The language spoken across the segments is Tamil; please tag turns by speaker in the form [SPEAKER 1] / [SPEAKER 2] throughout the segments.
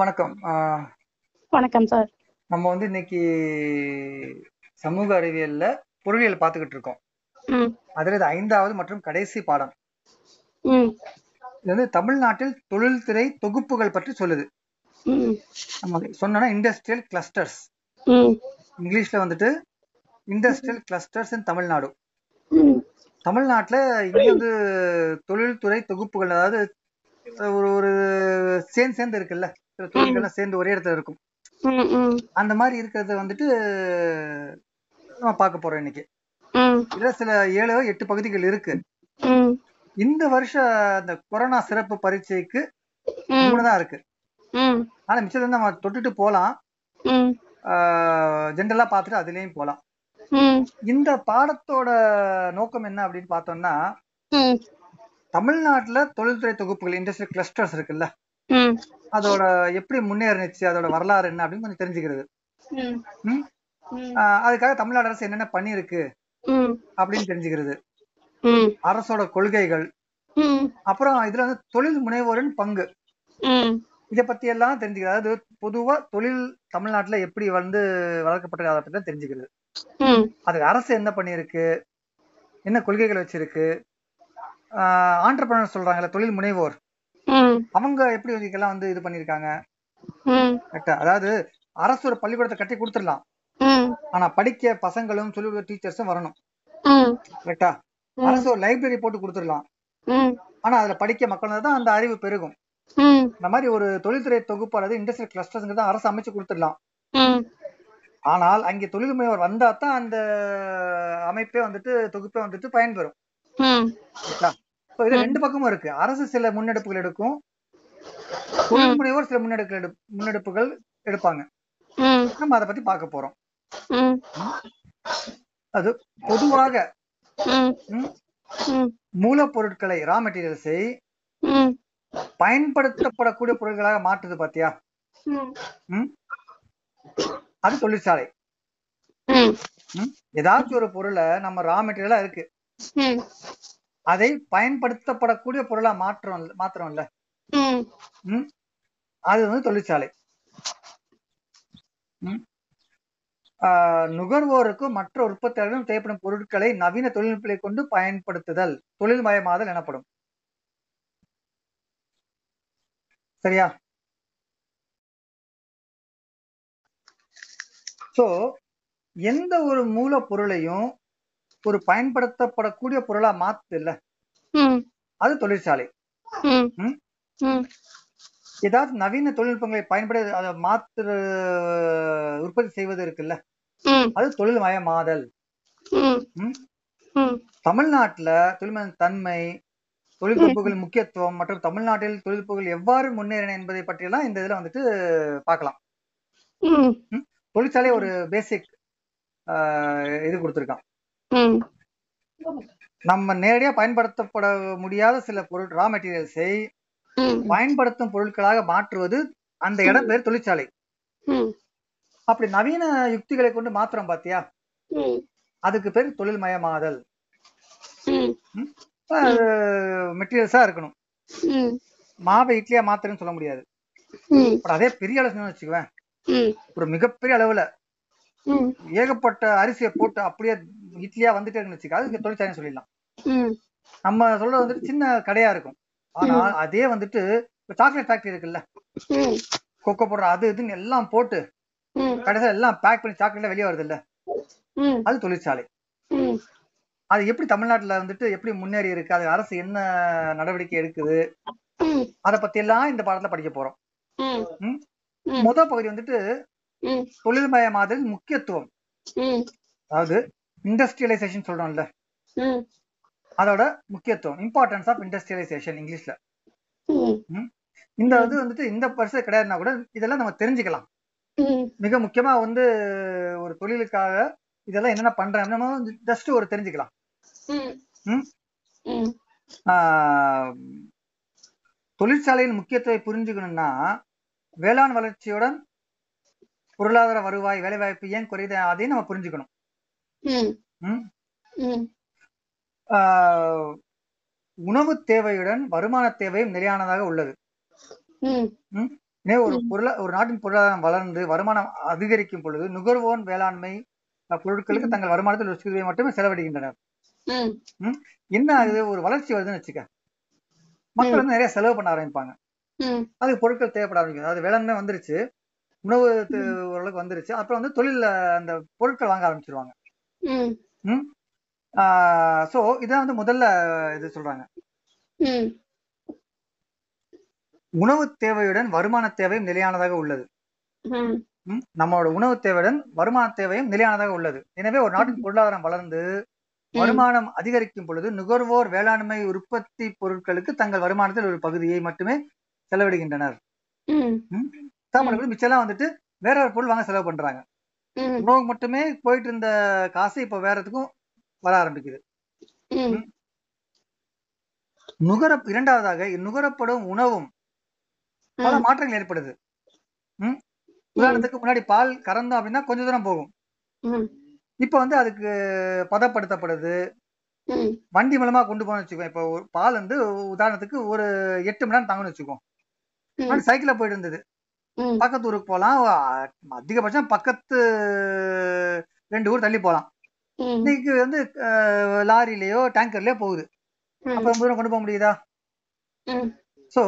[SPEAKER 1] வணக்கம் ஆஹ்
[SPEAKER 2] வணக்கம் சார்
[SPEAKER 1] நம்ம வந்து இன்னைக்கு சமூக அறிவியல்ல பொருளியல் பார்த்துக்கிட்டு இருக்கோம்
[SPEAKER 2] ம்
[SPEAKER 1] அதுல இது ஐந்தாவது மற்றும் கடைசி பாடம்
[SPEAKER 2] ம்
[SPEAKER 1] இது வந்து தமிழ்நாட்டில் தொழில்துறை தொகுப்புகள் பற்றி சொல்லுது
[SPEAKER 2] ம்
[SPEAKER 1] நம்ம சொன்னோம்னா இண்டஸ்ட்ரியல் கிளஸ்டர்ஸ்
[SPEAKER 2] ம்
[SPEAKER 1] இங்கிலீஷ்ல வந்துட்டு இண்டஸ்ட்ரியல் கிளஸ்டர்ஸ் இன் தமிழ்நாடு
[SPEAKER 2] ம்
[SPEAKER 1] தமிழ்நாட்டுல இங்க வந்து தொழில்துறை தொகுப்புகள் அதாவது ஒரு ஒரு சேர்ந்து சேர்ந்து இருக்குல்ல சில தொழில்கள்லாம் சேர்ந்து ஒரே இடத்துல இருக்கும்
[SPEAKER 2] ம் ம்
[SPEAKER 1] அந்த மாதிரி இருக்கிறத வந்துட்டு நம்ம பார்க்க போறோம் இன்னைக்கு
[SPEAKER 2] ம்
[SPEAKER 1] இதுல சில ஏழு எட்டு பகுதிகள் இருக்கு
[SPEAKER 2] ம்
[SPEAKER 1] இந்த வருஷம் அந்த கொரோனா சிறப்பு பரீட்சைக்கு
[SPEAKER 2] ம்
[SPEAKER 1] மூணு தான் இருக்கு
[SPEAKER 2] ம்
[SPEAKER 1] ஆனா மிச்சத்தை நம்ம தொட்டுட்டு போலாம்
[SPEAKER 2] ம்
[SPEAKER 1] ஜென்ரலா பார்த்துட்டு அதுலயும் போலாம்
[SPEAKER 2] ம்
[SPEAKER 1] இந்த பாடத்தோட நோக்கம் என்ன அப்படின்னு பார்த்தோம்னா
[SPEAKER 2] ம்
[SPEAKER 1] தமிழ்நாட்டுல தொழில்துறை தொகுப்புகள் இண்டஸ்ட்ரியல் கிளஸ்டர்ஸ் இருக்குல்ல
[SPEAKER 2] ம்
[SPEAKER 1] அதோட எப்படி முன்னேறினுச்சு அதோட வரலாறு என்ன அப்படின்னு கொஞ்சம் தெரிஞ்சுக்கிறது
[SPEAKER 2] ம்
[SPEAKER 1] ம்?
[SPEAKER 2] ம்
[SPEAKER 1] ஆஹ் அதுக்காக தமிழ்நாடு அரசு என்னென்ன பண்ணியிருக்கு
[SPEAKER 2] ம்
[SPEAKER 1] அப்படின்னு தெரிஞ்சுக்கிறது
[SPEAKER 2] ம்
[SPEAKER 1] அரசோட கொள்கைகள்
[SPEAKER 2] ம்
[SPEAKER 1] அப்புறம் இதுல வந்து தொழில் முனைவோரின் பங்கு
[SPEAKER 2] ம்
[SPEAKER 1] இதை பத்தி எல்லாம் தெரிஞ்சுக்கிறது அதாவது பொதுவா தொழில் தமிழ்நாட்டுல எப்படி வந்து வளர்க்கப்பட்டிருக்கு அதை பத்தி தான் தெரிஞ்சுக்கிறது
[SPEAKER 2] ம்
[SPEAKER 1] அது அரசு என்ன பண்ணியிருக்கு என்ன கொள்கைகள் வச்சிருக்கு ஆண்டர்பிரினர் சொல்றாங்கல்ல தொழில் முனைவோர்
[SPEAKER 2] ம்
[SPEAKER 1] அவங்க எப்படி இதுக்கெல்லாம் வந்து இது பண்ணியிருக்காங்க
[SPEAKER 2] ம்
[SPEAKER 1] கரெக்டா அதாவது அரசு ஒரு பள்ளிக்கூடத்தை கட்டி கொடுத்துடலாம்
[SPEAKER 2] ம்
[SPEAKER 1] ஆனா படிக்க பசங்களும் சொல்லிக் கொடுக்க டீச்சர்ஸும் வரணும்
[SPEAKER 2] ம்
[SPEAKER 1] கரெக்டா அரசு ஒரு லைப்ரரி போட்டு கொடுத்துடலாம்
[SPEAKER 2] ம்
[SPEAKER 1] ஆனா அதுல படிக்க மக்கள் தான் அந்த அறிவு பெருகும்
[SPEAKER 2] ம்
[SPEAKER 1] இந்த மாதிரி ஒரு தொழில்துறை தொகுப்பு அல்லது இண்டஸ்ட்ரியல் கிளஸ்டர்ஸ்ங்கிறத அரசு அமைச்சு கொடுத்துடலாம்
[SPEAKER 2] ம்
[SPEAKER 1] ஆனால் அங்கே தொழில் முனைவர் வந்தா தான் அந்த அமைப்பே வந்துட்டு தொகுப்பே வந்துட்டு பயன்பெறும்
[SPEAKER 2] ம்
[SPEAKER 1] ஸோ இது ரெண்டு பக்கமும் இருக்கு அரசு சில முன்னெடுப்புகள் எடுக்கும் தொழில் முனைவோர் சில முன்னெடுப்புகள் எடு முன்னெடுப்புகள் எடுப்பாங்க
[SPEAKER 2] ம்
[SPEAKER 1] நம்ம அதை பத்தி பார்க்க போறோம்
[SPEAKER 2] ம்
[SPEAKER 1] அது பொதுவாக
[SPEAKER 2] ம்
[SPEAKER 1] ம்,
[SPEAKER 2] ம்
[SPEAKER 1] மூலப்பொருட்களை ரா மெட்டீரியல்ஸை
[SPEAKER 2] ம்
[SPEAKER 1] பயன்படுத்தப்படக்கூடிய பொருட்களாக மாற்றுது பாத்தியா
[SPEAKER 2] ம்
[SPEAKER 1] அது தொழிற்சாலை
[SPEAKER 2] ம்
[SPEAKER 1] ம், ஏதாச்சும் ஒரு பொருளை நம்ம ரா மெட்டீரியலா இருக்கு
[SPEAKER 2] ம்
[SPEAKER 1] அதை பயன்படுத்தப்படக்கூடிய பொருளா மாற்றம் மாத்திரம்ல
[SPEAKER 2] ம்
[SPEAKER 1] ம் அது வந்து தொழிற்சாலை ம். ஆஹ் நுகர்வோருக்கும் மற்ற உற்பத்தியாளர்களும் தேவைப்படும் பொருட்களை நவீன தொழில்நுட்பங்களை கொண்டு பயன்படுத்துதல் தொழில்மயமாதல் எனப்படும் சரியா சோ எந்த ஒரு மூலப்பொருளையும் ஒரு பயன்படுத்தப்படக்கூடிய பொருளா மாத்துதுல்ல
[SPEAKER 2] ம்
[SPEAKER 1] அது தொழிற்சாலை
[SPEAKER 2] ம்
[SPEAKER 1] ம்?
[SPEAKER 2] ம்
[SPEAKER 1] ஏதாவது நவீன தொழில்நுட்பங்களை பயன்பட அதை மாத்து உற்பத்தி செய்வது இருக்குல்ல
[SPEAKER 2] ம்
[SPEAKER 1] அது தொழில்மயமாதல்
[SPEAKER 2] ம்
[SPEAKER 1] ம்?
[SPEAKER 2] ம்
[SPEAKER 1] தமிழ்நாட்டுல தொழில்மய தன்மை தொழில்நுட்பங்கள் முக்கியத்துவம் மற்றும் தமிழ்நாட்டில் தொழில்நுட்பங்கள் எவ்வாறு முன்னேறின என்பதை பற்றியெல்லாம் இந்த இதுல வந்துட்டு பார்க்கலாம்
[SPEAKER 2] ம்
[SPEAKER 1] தொழிற்சாலை ஒரு பேசிக் இது கொடுத்துருக்கான்
[SPEAKER 2] ம்
[SPEAKER 1] நம்ம நேரடியா பயன்படுத்தப்பட முடியாத சில பொருள் ரா மெட்டீரியல்ஸை
[SPEAKER 2] ம்
[SPEAKER 1] பயன்படுத்தும் பொருட்களாக மாற்றுவது அந்த இடம் பேர் தொழிற்சாலை
[SPEAKER 2] ம்
[SPEAKER 1] அப்படி நவீன யுக்திகளை கொண்டு மாத்திரம் பாத்தியா
[SPEAKER 2] ம்
[SPEAKER 1] அதுக்கு பேர் தொழில்மயமாதல்
[SPEAKER 2] ம்
[SPEAKER 1] மெட்டீரியல்ஸா இருக்கணும்
[SPEAKER 2] ம்
[SPEAKER 1] மாவை இட்லியா மாத்திரன்னு சொல்ல முடியாது
[SPEAKER 2] ம்
[SPEAKER 1] பட் அதே பெரிய அளவுன்னு வச்சுக்குவேன்
[SPEAKER 2] ம்
[SPEAKER 1] ஒரு மிகப்பெரிய அளவுல
[SPEAKER 2] ம்
[SPEAKER 1] ஏகப்பட்ட அரிசியை போட்டு அப்படியே இட்லியா வந்துட்டே இருக்குன்னு வச்சுக்க அதுக்கு தொழிற்சாலைன்னு சொல்லிடலாம்
[SPEAKER 2] ம்
[SPEAKER 1] நம்ம சொல்றது வந்துட்டு சின்ன கடையா இருக்கும் ஆனா அதே வந்துட்டு சாக்லேட் ஃபேக்டரி இருக்குல்ல
[SPEAKER 2] ம்
[SPEAKER 1] கொக்கோ போடுற அது இதுன்னு எல்லாம் போட்டு
[SPEAKER 2] ம்
[SPEAKER 1] கடைசியில எல்லாம் பேக் பண்ணி சாக்லேட்ல வெளியே வருது இல்ல
[SPEAKER 2] ம்
[SPEAKER 1] அது தொழிற்சாலை
[SPEAKER 2] ம்
[SPEAKER 1] அது எப்படி தமிழ்நாட்டுல வந்துட்டு எப்படி முன்னேறி இருக்கு அது அரசு என்ன நடவடிக்கை எடுக்குது
[SPEAKER 2] ம்
[SPEAKER 1] அதை பத்தி எல்லாம் இந்த பாடத்துல படிக்க போறோம்
[SPEAKER 2] ம்
[SPEAKER 1] ம்?
[SPEAKER 2] ம்.
[SPEAKER 1] முத பகுதி வந்துட்டு
[SPEAKER 2] ம்
[SPEAKER 1] தொழில்மயமாதல் முக்கியத்துவம்
[SPEAKER 2] ம்
[SPEAKER 1] அதாவது இண்டஸ்ட்ரியலைசேஷன் சொல்றோம்ல
[SPEAKER 2] ம்
[SPEAKER 1] அதோட முக்கியத்துவம் இம்பார்ட்டன்ஸ் ஆஃப் இண்டஸ்ட்ரியலைசேஷன் இங்கிலீஷ்ல
[SPEAKER 2] ம்
[SPEAKER 1] இந்த இது வந்துட்டு இந்த பரிசு கிடையாதுன்னா கூட இதெல்லாம் நம்ம தெரிஞ்சுக்கலாம்
[SPEAKER 2] ம்
[SPEAKER 1] மிக முக்கியமா வந்து ஒரு தொழிலுக்காக இதெல்லாம் என்னென்ன பண்றாங்க நம்ம ஜஸ்ட் ஒரு தெரிஞ்சுக்கலாம்
[SPEAKER 2] ம்
[SPEAKER 1] ம்?
[SPEAKER 2] ம்
[SPEAKER 1] ஆஹ் தொழிற்சாலையின் முக்கியத்துவத்தை புரிஞ்சுக்கணும்னா வேளாண் வளர்ச்சியுடன் பொருளாதார வருவாய் வேலைவாய்ப்பு ஏன் குறையுது அதையும் நம்ம புரிஞ்சுக்கணும்
[SPEAKER 2] ம்
[SPEAKER 1] ம்?
[SPEAKER 2] ம்
[SPEAKER 1] ஆஹ் உணவு தேவையுடன் வருமான தேவையும் நிலையானதாக உள்ளது
[SPEAKER 2] ம்
[SPEAKER 1] எனவே ஒரு பொருளா ஒரு நாட்டின் பொருளாதாரம் வளர்ந்து வருமானம் அதிகரிக்கும் பொழுது நுகர்வோர் வேளாண்மை அஹ், பொருட்களுக்கு தங்கள் வருமானத்தில் ஒரு சிறுவை மட்டுமே செலவிடுகின்றனர்
[SPEAKER 2] ம்
[SPEAKER 1] என்ன ஆகுது ஒரு வளர்ச்சி வருதுன்னு வச்சுக்க மக்கள் வந்து நிறைய செலவு பண்ண ஆரம்பிப்பாங்க
[SPEAKER 2] ம்
[SPEAKER 1] அதுக்கு பொருட்கள் தேவைப்பட ஆரம்பிக்கும் அதாவது வேளாண்மை வந்துருச்சு உணவு து- ஓரளவுக்கு வந்துருச்சு அப்புறம் வந்து தொழில் அந்த பொருட்கள் வாங்க ஆரம்பிச்சிருவாங்க
[SPEAKER 2] ம்
[SPEAKER 1] ஸோ இதான் வந்து முதல்ல இது சொல்றாங்க
[SPEAKER 2] ம்
[SPEAKER 1] உணவு தேவையுடன் வருமான தேவையும் நிலையானதாக உள்ளது
[SPEAKER 2] ம்
[SPEAKER 1] ம், நம்மளோட உணவு தேவையுடன் வருமான தேவையும் நிலையானதாக உள்ளது எனவே ஒரு நாட்டின் பொருளாதாரம் வளர்ந்து வருமானம் அதிகரிக்கும் பொழுது நுகர்வோர் வேளாண்மை உற்பத்தி பொருட்களுக்கு தங்கள் வருமானத்தில் ஒரு பகுதியை மட்டுமே செலவிடுகின்றனர்
[SPEAKER 2] ம்
[SPEAKER 1] தமிழர்கள் மிச்சம்லாம் வந்துட்டு வேற ஒரு பொருள் வாங்க செலவு பண்றாங்க
[SPEAKER 2] ம்
[SPEAKER 1] உணவு மட்டுமே போயிட்டு இருந்த காசு இப்ப வேறதுக்கும் வர ஆரம்பிக்குது
[SPEAKER 2] ம்
[SPEAKER 1] நுகர இரண்டாவதாக நுகரப்படும் உணவும் பல
[SPEAKER 2] ம்.
[SPEAKER 1] மாற்றங்கள் ஏற்படுது ம் உதாரணத்துக்கு முன்னாடி பால் கறந்தோம் அப்படின்னா கொஞ்ச தூரம் போகும்
[SPEAKER 2] ம்
[SPEAKER 1] இப்ப வந்து அதுக்கு பதப்படுத்தப்படுது
[SPEAKER 2] ம்
[SPEAKER 1] வண்டி மூலமா கொண்டு போகணும்னு வச்சுக்கோங்க இப்போ ஒரு பால் வந்து உதாரணத்துக்கு ஒரு எட்டு மணி நேரம் தாங்கணும்னு வச்சுக்கோம்
[SPEAKER 2] ம்.
[SPEAKER 1] முன்னாடி சைக்கிள போயிட்டு இருந்தது
[SPEAKER 2] ம்
[SPEAKER 1] பக்கத்து ஊருக்கு போகலாம் அதிகபட்சம் பக்கத்து ரெண்டு ஊர் தள்ளி போகலாம்
[SPEAKER 2] ம்
[SPEAKER 1] இன்னைக்கு வந்து அஹ், லாரியிலயோ டேங்கர்லயோ போகுது அப்ப
[SPEAKER 2] ம்
[SPEAKER 1] ரொம்ப தூரம் கொண்டு போக முடியுதா
[SPEAKER 2] ம்.
[SPEAKER 1] சோ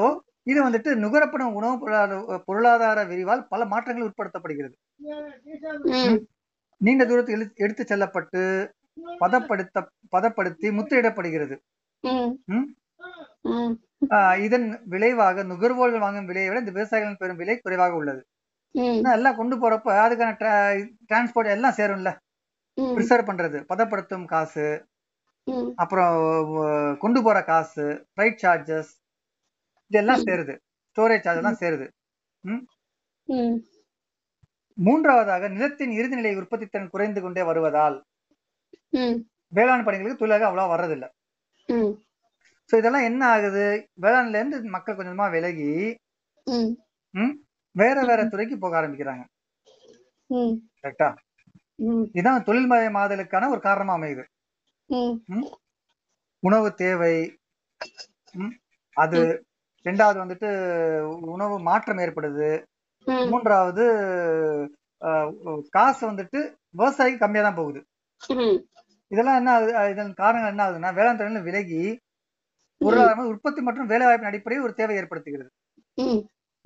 [SPEAKER 1] இது வந்துட்டு நுகரப்படும் உணவு பொருளாதார பொருளாதார விரிவால் பல மாற்றங்கள் உட்படுத்தப்படுகிறது
[SPEAKER 2] ம்
[SPEAKER 1] நீண்ட தூரத்துக்கு இழு- எடுத்துச் செல்லப்பட்டு பதப்படுத்த பதப்படுத்தி முத்திரிடப்படுகிறது
[SPEAKER 2] ம்
[SPEAKER 1] ம்?
[SPEAKER 2] ம்
[SPEAKER 1] ஆஹ் இதன் விளைவாக நுகர்வோர்கள் வாங்கும் விலையை விட இந்த விவசாயிகள் பெறும் விலை குறைவாக உள்ளது
[SPEAKER 2] ம்
[SPEAKER 1] ஏன்னா எல்லாம் கொண்டு போறப்ப அதுக்கான டிரான்ஸ்போர்ட் எல்லாம் சேரும்ல
[SPEAKER 2] ம்
[SPEAKER 1] ப்ரிசர்வ் பண்றது பதப்படுத்தும் காசு
[SPEAKER 2] ம்
[SPEAKER 1] அப்புறம் அஹ், கொண்டு போற காசு ஃப்ரைட் சார்ஜஸ் இதெல்லாம்
[SPEAKER 2] ம்.
[SPEAKER 1] சேருது ஸ்டோரேஜ் சார்ஜ் எல்லாம் சேருது
[SPEAKER 2] ம்
[SPEAKER 1] மூன்றாவதாக நிலத்தின் இறுதி நிலை உற்பத்தித்திறன் குறைந்து கொண்டே வருவதால்
[SPEAKER 2] ம்
[SPEAKER 1] வேளாண் பணிகளுக்கு தொழிலாக அவ்வளவா வர்றதில்ல
[SPEAKER 2] ம்
[SPEAKER 1] ஸோ இதெல்லாம் என்ன ஆகுது வேளாண்ல இருந்து மக்கள் கொஞ்சமா விலகி
[SPEAKER 2] ம்
[SPEAKER 1] வேற வேற துறைக்கு போக ஆரம்பிக்கிறாங்க
[SPEAKER 2] ம்
[SPEAKER 1] கரெக்டா
[SPEAKER 2] ம்
[SPEAKER 1] இதுதான் தொழில்மயமாதலுக்கான ஒரு காரணமா அமையுது
[SPEAKER 2] ம்
[SPEAKER 1] உணவு தேவை ம், அது ரெண்டாவது வந்துட்டு உணவு மாற்றம் ஏற்படுது
[SPEAKER 2] ம்
[SPEAKER 1] மூன்றாவது அஹ், காசு வந்துட்டு விவசாயிக்கு கம்மியா தான் போகுது
[SPEAKER 2] ம்
[SPEAKER 1] இதெல்லாம் என்ன ஆகுது அஹ் இதன் காரணங்கள் என்ன ஆகுதுன்னா வேளாண் துறையில விலகி பொருளாதாரம் உற்பத்தி மற்றும் வேலைவாய்ப்பின் அடிப்படையில் ஒரு தேவை ஏற்படுத்துகிறது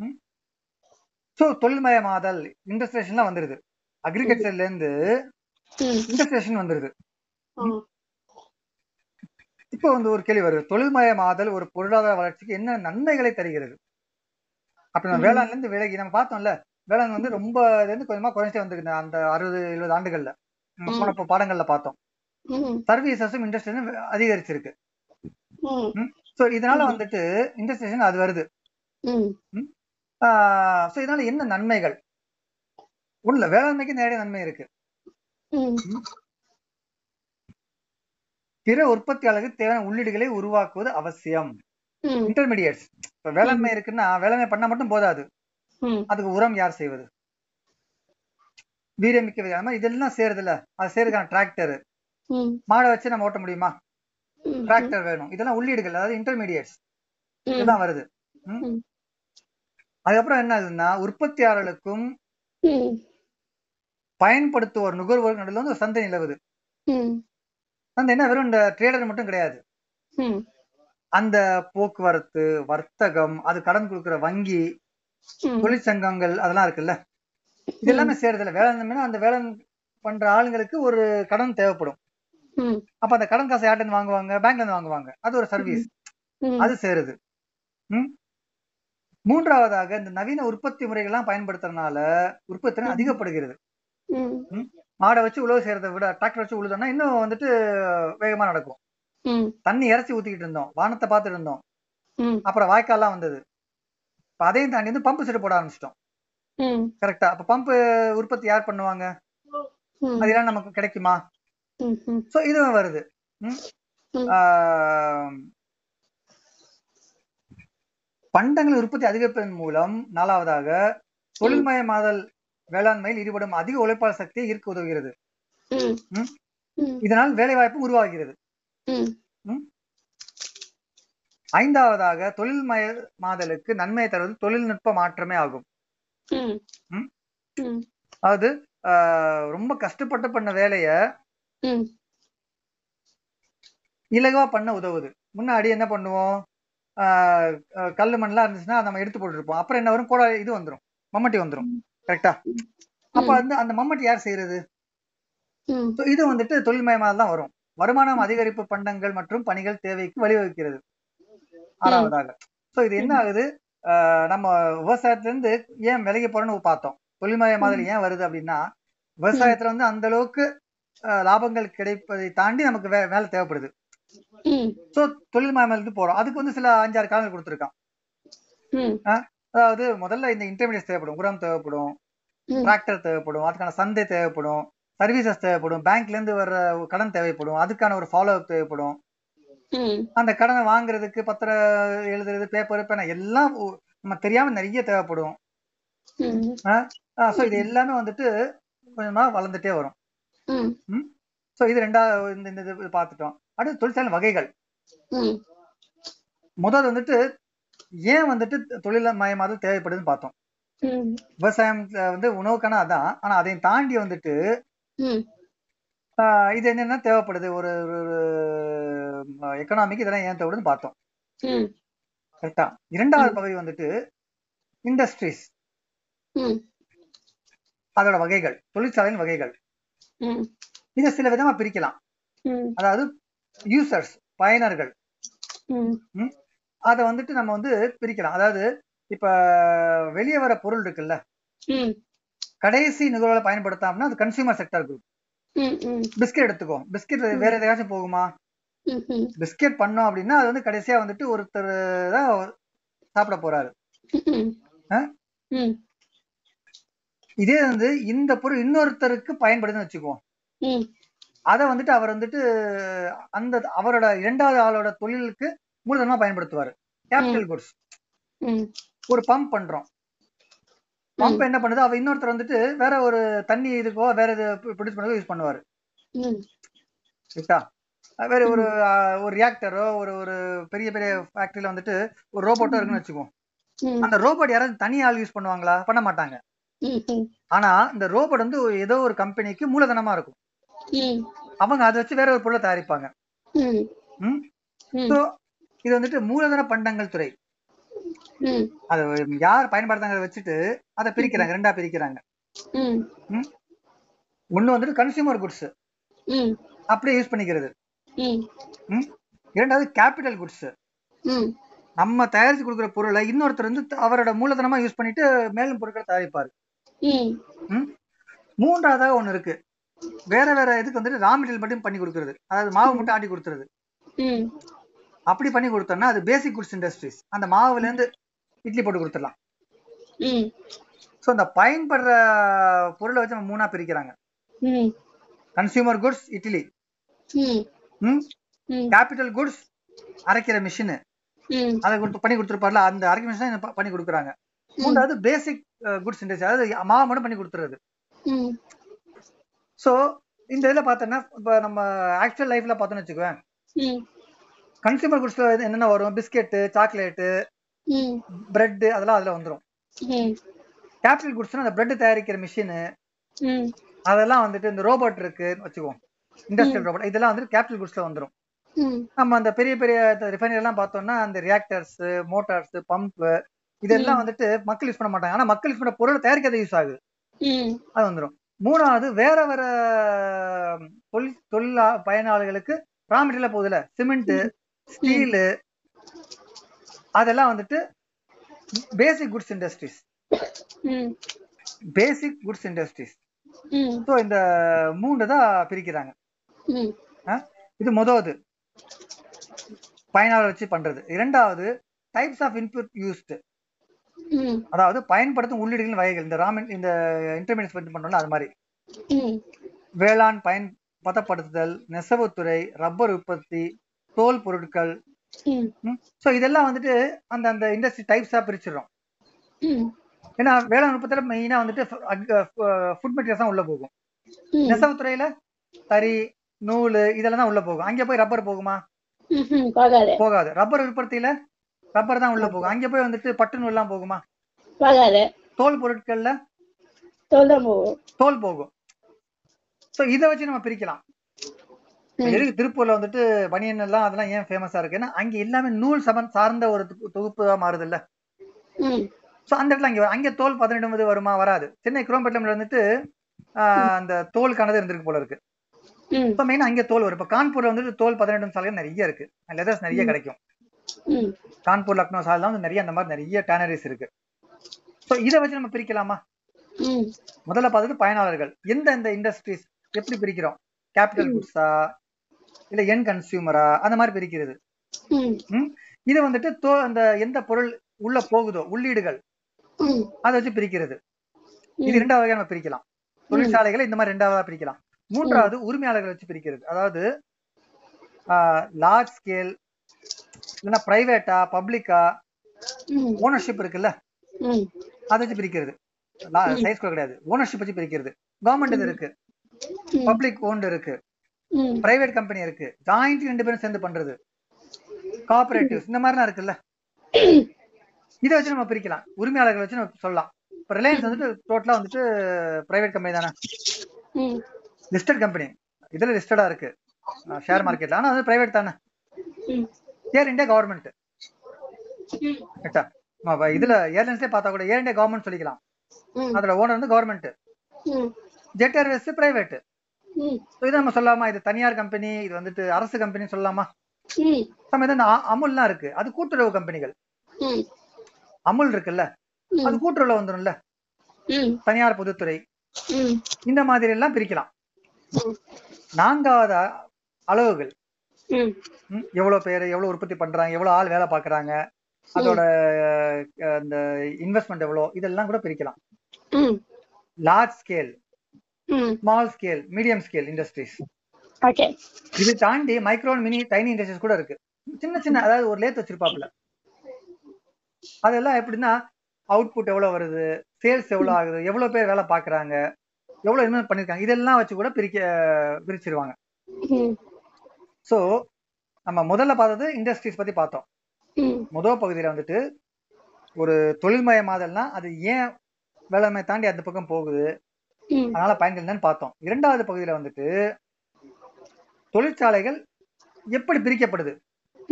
[SPEAKER 2] ம்
[SPEAKER 1] ஸோ தொழில்மயமாதல் இண்டஸ்ட்ரியேஷன்லாம் வந்துருது அக்ரிகல்ச்சர்ல இருந்து
[SPEAKER 2] ம்
[SPEAKER 1] இண்டஸ்ட்ரியேஷன் வந்துருது
[SPEAKER 2] ஆ
[SPEAKER 1] இப்போ வந்து ஒரு கேள்வி வருது தொழில்மயமாதல் ஒரு பொருளாதார வளர்ச்சிக்கு என்ன நன்மைகளை தருகிறது அப்ப நம்ம
[SPEAKER 2] ம்.
[SPEAKER 1] வேளாண்ல இருந்து விலகி நம்ம பார்த்தோம்ல வேளாண் வந்து ரொம்ப இதுல இருந்து கொஞ்சமா குறைஞ்சிட்டே வந்திருக்கு அந்த அறுபது எழுபது ஆண்டுகள்ல நம்ம
[SPEAKER 2] ம்.
[SPEAKER 1] போனப்ப பாடங்கள்ல பார்த்தோம்
[SPEAKER 2] ம்
[SPEAKER 1] சர்வீசஸும் இண்டஸ்ட்ரியும் அதிகரிச்சிருக்கு
[SPEAKER 2] ம்
[SPEAKER 1] ஸோ இதனால
[SPEAKER 2] ம்.
[SPEAKER 1] வந்துட்டு இண்டஸ்ட்ரியேஷன் அது வருது
[SPEAKER 2] ம்
[SPEAKER 1] ஸோ இதனால என்ன நன்மைகள் ஒண்ணுல வேளாண்மைக்கு நிறைய நன்மை இருக்கு
[SPEAKER 2] ம்
[SPEAKER 1] பிற உற்பத்தியாளருக்கு தேவையான உள்ளீடுகளை உருவாக்குவது அவசியம்
[SPEAKER 2] ம்
[SPEAKER 1] இன்டர்மீடியட்ஸ் இப்போ வேளாண்மை இருக்குன்னா வேளாண்மை பண்ணா மட்டும் போதாது
[SPEAKER 2] ம்
[SPEAKER 1] அதுக்கு உரம் யார் செய்வது வீரியமிக்க விதை அந்த மாதிரி இதெல்லாம் சேருதுல்ல அது சேருக்கான டிராக்டர்
[SPEAKER 2] ம்
[SPEAKER 1] மாடை வச்சு நம்ம ஓட்ட முடியுமா
[SPEAKER 2] ம்
[SPEAKER 1] டிராக்டர் வேணும் இதெல்லாம் உள்ளீடுகள் அதாவது இன்டர்மீடியட்ஸ்
[SPEAKER 2] ம்
[SPEAKER 1] இதுதான் வருது ம்?
[SPEAKER 2] ம்.
[SPEAKER 1] அதுக்கப்புறம் என்ன ஆகுதுன்னா உற்பத்தியாளர்களுக்கும்
[SPEAKER 2] ம்
[SPEAKER 1] பயன்படுத்துவோர் நுகர்வோர் நடுவில் வந்து ஒரு சந்தை நிலவுது
[SPEAKER 2] ம்
[SPEAKER 1] சந்தை என்ன வெறும் இந்த ட்ரேடர் மட்டும் கிடையாது
[SPEAKER 2] ம்
[SPEAKER 1] அந்த போக்குவரத்து வர்த்தகம் அது கடன் கொடுக்கிற வங்கி
[SPEAKER 2] ம்
[SPEAKER 1] தொழிற்சங்கங்கள் அதெல்லாம் இருக்குல்ல இது எல்லாமே சேருதுல்ல வேளாண்மைன்னா அந்த வேளாண் பண்ற ஆளுங்களுக்கு ஒரு கடன் தேவைப்படும்
[SPEAKER 2] ம்
[SPEAKER 1] அப்ப அந்த கடன் காசை யார்ட்டு வாங்குவாங்க பேங்க்ல இருந்து வாங்குவாங்க அது ஒரு சர்வீஸ்
[SPEAKER 2] ம்
[SPEAKER 1] அது சேருது ம்? மூன்றாவதாக இந்த நவீன உற்பத்தி முறைகள்லாம் பயன்படுத்துறதுனால உற்பத்தி
[SPEAKER 2] ம்.
[SPEAKER 1] அதிகப்படுகிறது
[SPEAKER 2] ம்
[SPEAKER 1] மாடை வச்சு உழவு செய்யறதை விட டிராக்டர் வச்சு உழுதோம்னா இன்னும் வந்துட்டு வேகமா நடக்கும்
[SPEAKER 2] ம்
[SPEAKER 1] தண்ணி இறச்சி ஊத்திக்கிட்டு இருந்தோம் வானத்தை பார்த்துட்டு இருந்தோம்
[SPEAKER 2] ம்
[SPEAKER 1] அப்புறம் வாய்க்கால்லாம் வந்தது இப்ப அதையும் தாண்டி வந்து பம்பு செட்டு போட ஆரம்பிச்சிட்டோம்
[SPEAKER 2] ம்
[SPEAKER 1] கரெக்டா அப்ப பம்பு உற்பத்தி யார் பண்ணுவாங்க
[SPEAKER 2] ம்
[SPEAKER 1] அதெல்லாம் நமக்கு கிடைக்குமா
[SPEAKER 2] ம் ம்
[SPEAKER 1] சோ இதுவும் வருது ம்?
[SPEAKER 2] ம்.
[SPEAKER 1] ஆம். பண்டங்கள் உற்பத்தி அதிகரிப்பதன் மூலம் நாலாவதாக தொழில்மயமாதல் வேளாண்மையில் ஈடுபடும் அதிக உழைப்பாளர் சக்தியை ஈர்க்க உதவுகிறது
[SPEAKER 2] ம்
[SPEAKER 1] ம்.
[SPEAKER 2] ம்
[SPEAKER 1] இதனால் வேலைவாய்ப்பு உருவாகிறது
[SPEAKER 2] ம்
[SPEAKER 1] ஐந்தாவதாக தொழில் மாதலுக்கு நன்மை தருவது தொழில்நுட்ப மாற்றமே ஆகும்
[SPEAKER 2] ம்
[SPEAKER 1] ம்.
[SPEAKER 2] ம்
[SPEAKER 1] அதாவது ஆஹ், ரொம்ப கஷ்டப்பட்டு பண்ண வேலைய
[SPEAKER 2] ம்
[SPEAKER 1] இலகுவா பண்ண உதவுது முன்னாடி என்ன பண்ணுவோம் ஆஹ், அஹ், கல்லு மண்லாம் இருந்துச்சுன்னா நம்ம எடுத்து போட்டுருப்போம் அப்புறம் என்ன வரும் கூட இது வந்துரும் மம்மட்டி வந்துரும் கரெக்டா அப்ப வந்து அந்த மம்மட்டி யார் செய்யறது
[SPEAKER 2] ம்
[SPEAKER 1] இது வந்துட்டு தொழில்மயமாக தான் வரும் வருமானம் அதிகரிப்பு பண்டங்கள் மற்றும் பணிகள் தேவைக்கு வழிவகுக்கிறது ஆறாவதாக சோ இது என்ன
[SPEAKER 2] ம்.
[SPEAKER 1] ஆகுது ஆஹ் நம்ம விவசாயத்துல இருந்து ஏன் விலகி போறோம்னு பார்த்தோம் தொழில்மயமாதல் ஏன் வருது அப்படின்னா விவசாயத்துல வந்து அந்த அளவுக்கு ஆஹ், லாபங்கள் கிடைப்பதை தாண்டி நமக்கு வே வேலை தேவைப்படுது
[SPEAKER 2] ம்
[SPEAKER 1] சோ தொழில்மயமாதலுக்கு போறோம் அதுக்கு வந்து சில அஞ்சாறு காலங்கள் கொடுத்துருக்கான்
[SPEAKER 2] ம்
[SPEAKER 1] அதாவது முதல்ல இந்த இன்டர்மீடியட் தேவைப்படும் உரம் தேவைப்படும்
[SPEAKER 2] ம்.
[SPEAKER 1] டிராக்டர் தேவைப்படும் அதுக்கான சந்தை தேவைப்படும் சர்வீசஸ் தேவைப்படும் பேங்க்ல இருந்து வர்ற கடன் தேவைப்படும் அதுக்கான ஒரு ஃபாலோ அப் தேவைப்படும்
[SPEAKER 2] ம்
[SPEAKER 1] அந்த கடனை வாங்குறதுக்கு பத்திரம் எழுதுறது பேப்பர் பேனா எல்லாம் ஒ- நம்ம தெரியாம நிறைய தேவைப்படும்
[SPEAKER 2] ம்
[SPEAKER 1] ஸோ இது எல்லாமே வந்துட்டு கொஞ்சமா வளர்ந்துட்டே வரும்
[SPEAKER 2] ம்
[SPEAKER 1] ஸோ இது ரெண்டாவது இந்த இந்த இது பார்த்துட்டோம் அடுத்து தொழிற்சாலை வகைகள்
[SPEAKER 2] ம்
[SPEAKER 1] முதல் வந்துட்டு ஏன் வந்துட்டு தொழில மயமாதல் தேவைப்படுதுன்னு பார்த்தோம்
[SPEAKER 2] ம்
[SPEAKER 1] விவசாயம் அஹ், வந்து உணவுக்கான அதான் ஆனா அதையும் தாண்டி வந்துட்டு
[SPEAKER 2] ம்
[SPEAKER 1] ஆஹ், இது என்னென்ன தேவைப்படுது ஒரு ஒரு எக்கனாமிக்கு இதெல்லாம் ஏன் தேவைப்படுதுன்னு பார்த்தோம்
[SPEAKER 2] ம்
[SPEAKER 1] கரெக்டா இரண்டாவது பகுதி வந்துட்டு இண்டஸ்ட்ரீஸ்
[SPEAKER 2] ம்
[SPEAKER 1] அதோட வகைகள் தொழிற்சாலையின் வகைகள்
[SPEAKER 2] ம்
[SPEAKER 1] இதை சில விதமா பிரிக்கலாம்
[SPEAKER 2] ம்
[SPEAKER 1] அதாவது யூசர்ஸ் பயனர்கள்
[SPEAKER 2] ம்
[SPEAKER 1] அதை வந்துட்டு நம்ம வந்து பிரிக்கலாம் அதாவது இப்ப வெளியே வர பொருள் இருக்குல்ல
[SPEAKER 2] ம்
[SPEAKER 1] கடைசி நுகர்வோரை பயன்படுத்தாமனா அது கன்சியூமர் செக்டர் குரூப்
[SPEAKER 2] ம் ம்
[SPEAKER 1] பிஸ்கெட் எடுத்துக்கோ பிஸ்கெட்
[SPEAKER 2] ம்.
[SPEAKER 1] வேற எதையாச்சும் போகுமா
[SPEAKER 2] ம்ஹும்.
[SPEAKER 1] பிஸ்கெட் பண்ணோம் அப்படின்னா அது வந்து கடைசியா வந்துட்டு ஒருத்தர் தான் சாப்பிட போறாரு
[SPEAKER 2] ம்ஹும்.
[SPEAKER 1] ஆ?
[SPEAKER 2] ம்
[SPEAKER 1] இதே வந்து இந்த பொருள் இன்னொருத்தருக்கு பயன்படுதுன்னு வச்சுக்குவோம்
[SPEAKER 2] ம்
[SPEAKER 1] அதை வந்துட்டு அவர் வந்துட்டு அந்த அவரோட இரண்டாவது ஆளோட தொழிலுக்கு மூலதனமா பயன்படுத்துவார் கேபிட்டல் குட்ஸ்
[SPEAKER 2] ம்
[SPEAKER 1] ஒரு பம்ப் பண்றோம் பம்ப் என்ன பண்ணுது அவ இன்னொருத்தர் வந்துட்டு வேற ஒரு தண்ணி இதுக்கோ வேற இது ப்ரொடியூஸ் பண்ணதோ யூஸ் பண்ணுவாரு
[SPEAKER 2] ம்
[SPEAKER 1] கரெக்டா வேற ஒரு ஆ, ஒரு ரியாக்டரோ ஒரு ஒரு பெரிய பெரிய ஃபேக்டரியில வந்துட்டு ஒரு ரோபோட்டோ இருக்குன்னு வச்சுக்குவோம்
[SPEAKER 2] ம்
[SPEAKER 1] அந்த ரோபோட் யாராவது தனி ஆள் யூஸ் பண்ணுவாங்களா பண்ண மாட்டாங்க
[SPEAKER 2] ம்ஹும்.
[SPEAKER 1] ஆனா இந்த ரோபோட் வந்து ஒரு- ஏதோ ஒரு கம்பெனிக்கு மூலதனமா இருக்கும்
[SPEAKER 2] ம்
[SPEAKER 1] அவங்க அதை வச்சு வேற ஒரு பொருளை தயாரிப்பாங்க
[SPEAKER 2] ம்
[SPEAKER 1] ம்?
[SPEAKER 2] ம்
[SPEAKER 1] So, இது வந்துட்டு மூலதன பண்டங்கள் துறை
[SPEAKER 2] ம்
[SPEAKER 1] அது யார் பயன்படுத்தாங்கிறத வச்சுட்டு அதை பிரிக்கிறாங்க ரெண்டா பிரிக்கிறாங்க
[SPEAKER 2] ம்
[SPEAKER 1] ஒண்ணு வந்துட்டு கன்சியூமர் குட்ஸ்
[SPEAKER 2] ம்
[SPEAKER 1] அப்படியே யூஸ் பண்ணிக்கிறது
[SPEAKER 2] ம்
[SPEAKER 1] இரண்டாவது கேபிட்டல் குட்ஸ்
[SPEAKER 2] ம்
[SPEAKER 1] நம்ம தயாரிச்சு கொடுக்குற பொருளை இன்னொருத்தர் வந்து த- அவரோட மூலதனமா யூஸ் பண்ணிட்டு மேலும் பொருட்களை தயாரிப்பாரு
[SPEAKER 2] ம்
[SPEAKER 1] மூன்றாவதாக ஒண்ணு இருக்கு வேற வேற இதுக்கு வந்துட்டு ரா மெட்டீரியல் மட்டும் பண்ணி கொடுக்கறது அதாவது மாவு மட்டும் ஆட்டி கொடுத்துருது
[SPEAKER 2] ம்
[SPEAKER 1] அப்படி பண்ணி கொடுத்தோம்னா அது பேசிக் குட்ஸ் இண்டஸ்ட்ரீஸ் அந்த மாவுல இருந்து இட்லி போட்டு கொடுத்துடலாம்
[SPEAKER 2] ம்
[SPEAKER 1] ஸோ அந்த பயன்படுற பொருளை வச்சு நம்ம மூணா பிரிக்கிறாங்க
[SPEAKER 2] ம்
[SPEAKER 1] கன்சியூமர் குட்ஸ் இட்லி
[SPEAKER 2] ம்
[SPEAKER 1] ம்
[SPEAKER 2] ம்
[SPEAKER 1] கேபிட்டல் குட்ஸ் அரைக்கிற மிஷின்
[SPEAKER 2] ம்
[SPEAKER 1] அதை கொடுத்து பண்ணி கொடுத்துருப்பார்ல அந்த அரைக்கிற மிஷின் பண்ணி கொடுக்குறாங்க மூன்றாவது பேசிக் குட்ஸ் இண்டஸ்ட்ரி அதாவது மாவு மட்டும் பண்ணி கொடுத்துறது
[SPEAKER 2] ம்
[SPEAKER 1] சோ இந்த இதுல பார்த்தோன்னா இப்போ நம்ம ஆக்சுவல் லைஃப்ல பார்த்தோன்னு வச்சுக்குவேன்
[SPEAKER 2] ம்
[SPEAKER 1] கன்சியூமர் குட்ஸ்ல என்னென்ன வரும் பிஸ்கெட்டு சாக்லேட்டு
[SPEAKER 2] ம்
[SPEAKER 1] பிரெட் அதெல்லாம் அதுல வந்துரும்
[SPEAKER 2] ம்
[SPEAKER 1] கேபிட்டல் குட்ஸ்னா அந்த பிரெட் தயாரிக்கிற மிஷின்
[SPEAKER 2] ம்
[SPEAKER 1] அதெல்லாம் வந்துட்டு இந்த ரோபோட் இருக்குன்னு வச்சுக்குவோம் இண்டஸ்ட்ரியல் ரோபோட் இதெல்லாம் வந்துட்டு கேபிட்டல் குட்ஸ்ல வந்துரும்
[SPEAKER 2] ம்
[SPEAKER 1] நம்ம அந்த பெரிய பெரிய ரிஃபைனரி எல்லாம் பார்த்தோம்னா அந்த ரியாக்டர்ஸ் மோட்டார்ஸ் பம்ப் இதெல்லாம்
[SPEAKER 2] ம்.
[SPEAKER 1] வந்துட்டு மக்கள் யூஸ் பண்ண மாட்டாங்க ஆனா மக்கள் யூஸ் பண்ண பொருளை தயாரிக்கிறது யூஸ் ஆகுது
[SPEAKER 2] ம்
[SPEAKER 1] அது வந்துடும் மூணாவது வேற வேற தொழில் தொழிலா பயனாளிகளுக்கு ரா மெட்டீரியல் போகுதுல சிமெண்ட் ஸ்டீலு அதெல்லாம் வந்துட்டு பேசிக் குட்ஸ் இண்டஸ்ட்ரீஸ்
[SPEAKER 2] ம்
[SPEAKER 1] பேசிக் குட்ஸ் இண்டஸ்ட்ரீஸ்
[SPEAKER 2] ம்
[SPEAKER 1] ஸோ இந்த மூன்று தான் பிரிக்கிறாங்க
[SPEAKER 2] ம்
[SPEAKER 1] இது முதவது பயனாளர் வச்சு பண்றது இரண்டாவது டைப்ஸ் ஆஃப் இன்புட் யூஸ்டு
[SPEAKER 2] ம்
[SPEAKER 1] அதாவது பயன்படுத்தும் உள்ளீடுகளின் வகைகள் இந்த ராமின் இந்த இன்டர்மீடியட் பண்ணோம்ல அது மாதிரி
[SPEAKER 2] ம்
[SPEAKER 1] வேளாண் பயன் பதப்படுத்துதல் நெசவுத்துறை ரப்பர் உற்பத்தி தோல் பொருட்கள்
[SPEAKER 2] ம்
[SPEAKER 1] ஸோ இதெல்லாம் வந்துட்டு அந்த அந்த இண்டஸ்ட்ரி டைப்ஸாக பிரிச்சிடுறோம்
[SPEAKER 2] ம்
[SPEAKER 1] ஏன்னா வேளாண் உற்பத்தியில் மெயினாக வந்துட்டு uh, ஃபுட் மெட்டீரியல்ஸ் தான் உள்ளே போகும்
[SPEAKER 2] ம்
[SPEAKER 1] நெசவுத்துறையில் தறி நூல் இதெல்லாம் தான் உள்ளே போகும் அங்கே போய் ரப்பர் போகுமா
[SPEAKER 2] ம்ஹும். போகாது
[SPEAKER 1] போகாது ரப்பர் உற்பத்தியில ரப்பர் தான் உள்ள போகும் அங்க போய் வந்துட்டு பட்டு நூல்லாம் போகுமா
[SPEAKER 2] போகாது
[SPEAKER 1] தோல் பொருட்கள்ல
[SPEAKER 2] தோல் தான் போகும்
[SPEAKER 1] தோல் போகும் சோ இதை வச்சு நம்ம பிரிக்கலாம் இப்ப
[SPEAKER 2] ம்.
[SPEAKER 1] எதுக்கு திருப்பூர்ல வந்துட்டு பனியன் எல்லாம் அதெல்லாம் ஏன் ஃபேமஸா இருக்குன்னா அங்க எல்லாமே நூல் சமன் சார்ந்த ஒரு தொகு- தொகுப்பா மாறுது இல்ல
[SPEAKER 2] ம்
[SPEAKER 1] சோ அந்த இடத்துல அங்க வரும். அங்க தோல் பதினெட்டு வருமா வராது சென்னை குரோம்பேட்டம்ல வந்துட்டு ஆஹ், அந்த தோலுக்கானது இருந்திருக்கு போல இருக்கு
[SPEAKER 2] ம்
[SPEAKER 1] இப்போ மெயினா அங்க தோல் வரும் இப்போ கான்பூர்ல வந்துட்டு தோல் பதினெட்டு சாலைகள் நிறைய இருக்கு லெதர்ஸ் நிறைய
[SPEAKER 2] ம்.
[SPEAKER 1] கிடைக்கும்
[SPEAKER 2] ம்
[SPEAKER 1] கான்பூர் லக்னோ சாலைலாம் வந்து நிறைய அந்த மாதிரி நிறைய டேனரிஸ் இருக்கு சோ இதை வச்சு நம்ம பிரிக்கலாமா
[SPEAKER 2] ம்
[SPEAKER 1] முதல்ல பார்த்தது பயனாளர்கள் எந்த எந்த இண்டஸ்ட்ரீஸ் எப்படி பிரிக்கிறோம் கேபிட்டல் குட்ஸா இல்ல என் கன்சியூமரா அந்த மாதிரி பிரிக்கிறது
[SPEAKER 2] ம்
[SPEAKER 1] இது வந்துட்டு தோ அந்த எந்த பொருள் உள்ள போகுதோ உள்ளீடுகள்
[SPEAKER 2] ம்
[SPEAKER 1] அதை வச்சு பிரிக்கிறது இது
[SPEAKER 2] ம்
[SPEAKER 1] ரெண்டாவது வகையா நம்ம பிரிக்கலாம் தொழிற்சாலைகளை இந்த மாதிரி ரெண்டாவதா பிரிக்கலாம் மூன்றாவது உரிமையாளர்கள் வச்சு பிரிக்கிறது அதாவது லார்ஜ் ஸ்கேல் இல்லைன்னா பிரைவேட்டா பப்ளிக்கா
[SPEAKER 2] ம்
[SPEAKER 1] ஓனர்ஷிப் இருக்குல்ல
[SPEAKER 2] ம்
[SPEAKER 1] அதை வச்சு பிரிக்கிறது சைஸ் கிடையாது ஓனர்ஷிப் வச்சு பிரிக்கிறது கவர்மெண்ட் இருக்கு
[SPEAKER 2] ம்.
[SPEAKER 1] பப்ளிக் ஓன்டு இருக்கு
[SPEAKER 2] ம்
[SPEAKER 1] பிரைவேட் கம்பெனி இருக்கு ஜாயிண்ட் ரெண்டு பேரும் சேர்ந்து பண்றது கார்பரேட்டிவ்ஸ் இந்த மாதிரிலாம் இருக்குல்ல இதை வச்சு நம்ம பிரிக்கலாம் உரிமையாளர்களை வச்சு நம்ம சொல்லலாம் இப்போ ரிலையன்ஸ் வந்துட்டு டோட்டலா வந்துட்டு பிரைவேட் கம்பெனி தானே
[SPEAKER 2] ம்
[SPEAKER 1] லிஸ்டட் கம்பெனி இதுல லிஸ்டடா இருக்கு ஷேர் மார்க்கெட்ல ஆனா அது பிரைவேட் தானே
[SPEAKER 2] ம்
[SPEAKER 1] ஏர் இந்தியா கவர்மெண்ட்
[SPEAKER 2] ம்
[SPEAKER 1] கரெக்டா நம்ம இதுல ஏர்லைன்ஸ்லேயே பார்த்தா கூட ஏர் இந்தியா கவர்மெண்ட் சொல்லிக்கலாம்
[SPEAKER 2] ம்
[SPEAKER 1] அதுல ஓனர் வந்து கவர்மெண்ட்
[SPEAKER 2] ம்
[SPEAKER 1] ஜெட் ஏர்வேஸ் பிரைவேட்
[SPEAKER 2] ம்
[SPEAKER 1] இதை நம்ம சொல்லலாமா இது தனியார் கம்பெனி இது வந்துட்டு அரசு கம்பெனி சொல்லலாமா
[SPEAKER 2] ம்
[SPEAKER 1] நம்ம இது இந்த அ- அமுல்லாம் இருக்கு அது கூட்டுறவு கம்பெனிகள்
[SPEAKER 2] ம்
[SPEAKER 1] அமுல் இருக்குல்ல அது
[SPEAKER 2] ம்
[SPEAKER 1] கூட்டுறவுல வந்துடும்ல
[SPEAKER 2] ம்
[SPEAKER 1] தனியார் பொதுத்துறை
[SPEAKER 2] ம்
[SPEAKER 1] இந்த மாதிரி எல்லாம் பிரிக்கலாம்
[SPEAKER 2] ம்.
[SPEAKER 1] நான்காவது அளவுகள்
[SPEAKER 2] ம்
[SPEAKER 1] ம், எவ்வளவு பேர் எவ்வளவு உற்பத்தி பண்றாங்க எவ்வளவு ஆள் வேலை பாக்குறாங்க அதோட அஹ், அந்த இன்வெஸ்ட்மெண்ட் எவ்வளோ இதெல்லாம் கூட பிரிக்கலாம்
[SPEAKER 2] ம்
[SPEAKER 1] லார்ஜ் ஸ்கேல்
[SPEAKER 2] ம்
[SPEAKER 1] small scale medium scale industries
[SPEAKER 2] okay
[SPEAKER 1] இது தாண்டி மைக்ரோ மினி டைனி இண்டஸ்ட்ரீஸ் கூட இருக்கு சின்ன சின்ன அதாவது ஒரு லேத் வச்சிருப்பாப்ல அதெல்லாம் எப்படின்னா அவுட்புட் எவ்வளவு வருது சேல்ஸ் எவ்வளவு ஆகுது எவ்வளவு பேர் வேலை பாக்குறாங்க எவ்வளவு இன்வெஸ்ட் பண்ணிருக்காங்க இதெல்லாம் வச்சு கூட பிரிக்க பிரிச்சிருவாங்க
[SPEAKER 2] ம்
[SPEAKER 1] சோ நம்ம முதல்ல பார்த்தது இண்டஸ்ட்ரீஸ் பத்தி பார்த்தோம்
[SPEAKER 2] ம்
[SPEAKER 1] முதல் பகுதியில வந்துட்டு ஒரு தொழில்மயமாதல்னா அது ஏன் வேளாண்மை தாண்டி அந்த பக்கம் போகுது
[SPEAKER 2] ம்
[SPEAKER 1] அதனால பயன்கள் என்னன்னு பார்த்தோம் இரண்டாவது பகுதியில வந்துட்டு தொழிற்சாலைகள் எப்படி பிரிக்கப்படுது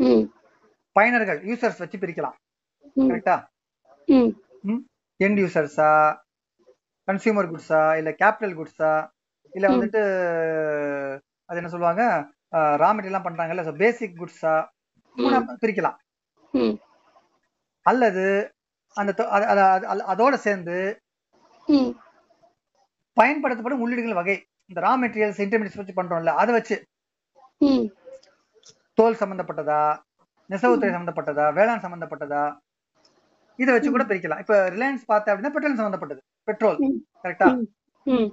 [SPEAKER 2] ம்
[SPEAKER 1] பயனர்கள் யூசர்ஸ் வச்சு பிரிக்கலாம்
[SPEAKER 2] ம்
[SPEAKER 1] கரெக்டா
[SPEAKER 2] ம்
[SPEAKER 1] எண்ட் யூசர்ஸா கன்சியூமர் குட்ஸா இல்ல கேபிட்டல் குட்ஸா இல்ல
[SPEAKER 2] ம்.
[SPEAKER 1] வந்துட்டு அது என்ன சொல்லுவாங்க ரா மெட்டீரியல்லாம் பண்றாங்கல்ல பேசிக் குட்ஸா பிரிக்கலாம்
[SPEAKER 2] ம்
[SPEAKER 1] அல்லது அந்த தொ- அத- அத- அத- அத- அதோட சேர்ந்து
[SPEAKER 2] ம்
[SPEAKER 1] பயன்படுத்தப்படும் உள்ளீடுகள் வகை இந்த ரா மெட்டீரியல்ஸ் இன்டர்மீடியட்ஸ் வச்சு பண்றோம்ல அதை வச்சு
[SPEAKER 2] ம்
[SPEAKER 1] தோல் சம்பந்தப்பட்டதா நெசவுத்துறை சம்பந்தப்பட்டதா வேளாண் சம்பந்தப்பட்டதா இதை வச்சு கூட பிரிக்கலாம் இப்ப ரிலையன்ஸ் பார்த்தா அப்படின்னா பெட்ரோல் சம்பந்தப்பட்டது பெட்ரோல்
[SPEAKER 2] ம்.
[SPEAKER 1] கரெக்டா
[SPEAKER 2] ம். ம்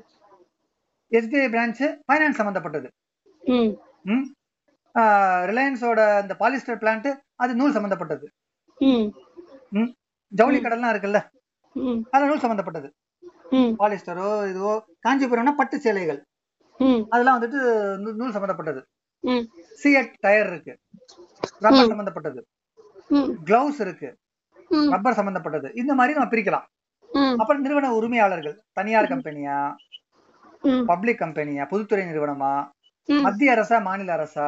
[SPEAKER 1] எஸ்பிஐ பிரான்ச் ஃபைனான்ஸ் சம்பந்தப்பட்டது
[SPEAKER 2] ம்
[SPEAKER 1] ம் ரிலையன்ஸோட அந்த பாலிஸ்டர் பிளான்ட் அது நூல் சம்பந்தப்பட்டது
[SPEAKER 2] ம்
[SPEAKER 1] ஜவுளி கடல்லாம் இருக்குல்ல
[SPEAKER 2] ம்
[SPEAKER 1] அது நூல் சம்பந்தப்பட்டது
[SPEAKER 2] ம்
[SPEAKER 1] பாலிஸ்டரோ இதுவோ காஞ்சிபுரம்னா பட்டு சேலைகள்
[SPEAKER 2] ம்
[SPEAKER 1] அதெல்லாம் வந்துட்டு நூ- நூல் சம்பந்தப்பட்டது
[SPEAKER 2] ம்
[SPEAKER 1] சிஎட் டயர் இருக்கு ரப்பர்
[SPEAKER 2] ம்.
[SPEAKER 1] சம்பந்தப்பட்டது
[SPEAKER 2] ம்
[SPEAKER 1] கிளவுஸ் இருக்கு
[SPEAKER 2] ம்
[SPEAKER 1] ரப்பர் சம்பந்தப்பட்டது இந்த மாதிரி நம்ம பிரிக்கலாம்
[SPEAKER 2] ம்
[SPEAKER 1] அப்புறம் நிறுவன உரிமையாளர்கள் தனியார் கம்பெனியா
[SPEAKER 2] ம்
[SPEAKER 1] பப்ளிக் கம்பெனியா பொதுத்துறை நிறுவனமா
[SPEAKER 2] ம்.
[SPEAKER 1] மத்திய அரசா மாநில அரசா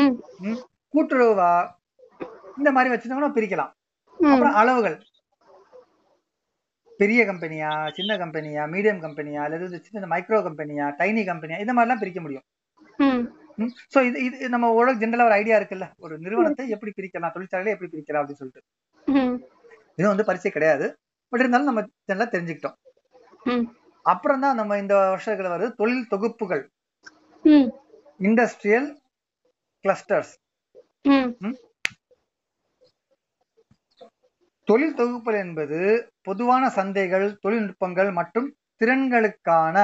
[SPEAKER 2] ம்
[SPEAKER 1] ம், கூட்டுறவா இந்த மாதிரி வச்சிருந்தோம்னா பிரிக்கலாம்
[SPEAKER 2] ம்
[SPEAKER 1] அப்புறம் அளவுகள் பெரிய கம்பெனியா சின்ன கம்பெனியா மீடியம் கம்பெனியா அல்லது இந்த சின்ன மைக்ரோ கம்பெனியா டைனி கம்பெனியா இந்த மாதிரிலாம் பிரிக்க முடியும்
[SPEAKER 2] ம்
[SPEAKER 1] சோ இது இது நம்ம ஓரளவுக்கு ஜென்ரலா ஒரு ஐடியா இருக்குல்ல ஒரு நிறுவனத்தை எப்படி பிரிக்கலாம் தொழிற்சாலையை எப்படி பிரிக்கலாம் அப்படின்னு சொல்லிட்டு
[SPEAKER 2] ம்
[SPEAKER 1] இது வந்து பரீட்சை கிடையாது பட் இருந்தாலும் நம்ம நல்லா தெரிஞ்சுக்கிட்டோம்
[SPEAKER 2] ம்
[SPEAKER 1] அப்புறம் தான் நம்ம இந்த வருஷத்துல வருது தொழில் தொகுப்புகள்
[SPEAKER 2] ம்
[SPEAKER 1] இண்டஸ்ட்ரியல் கிளஸ்டர்ஸ்
[SPEAKER 2] ம்
[SPEAKER 1] தொழில் தொகுப்புகள் என்பது பொதுவான சந்தைகள் தொழில்நுட்பங்கள் மற்றும் திறன்களுக்கான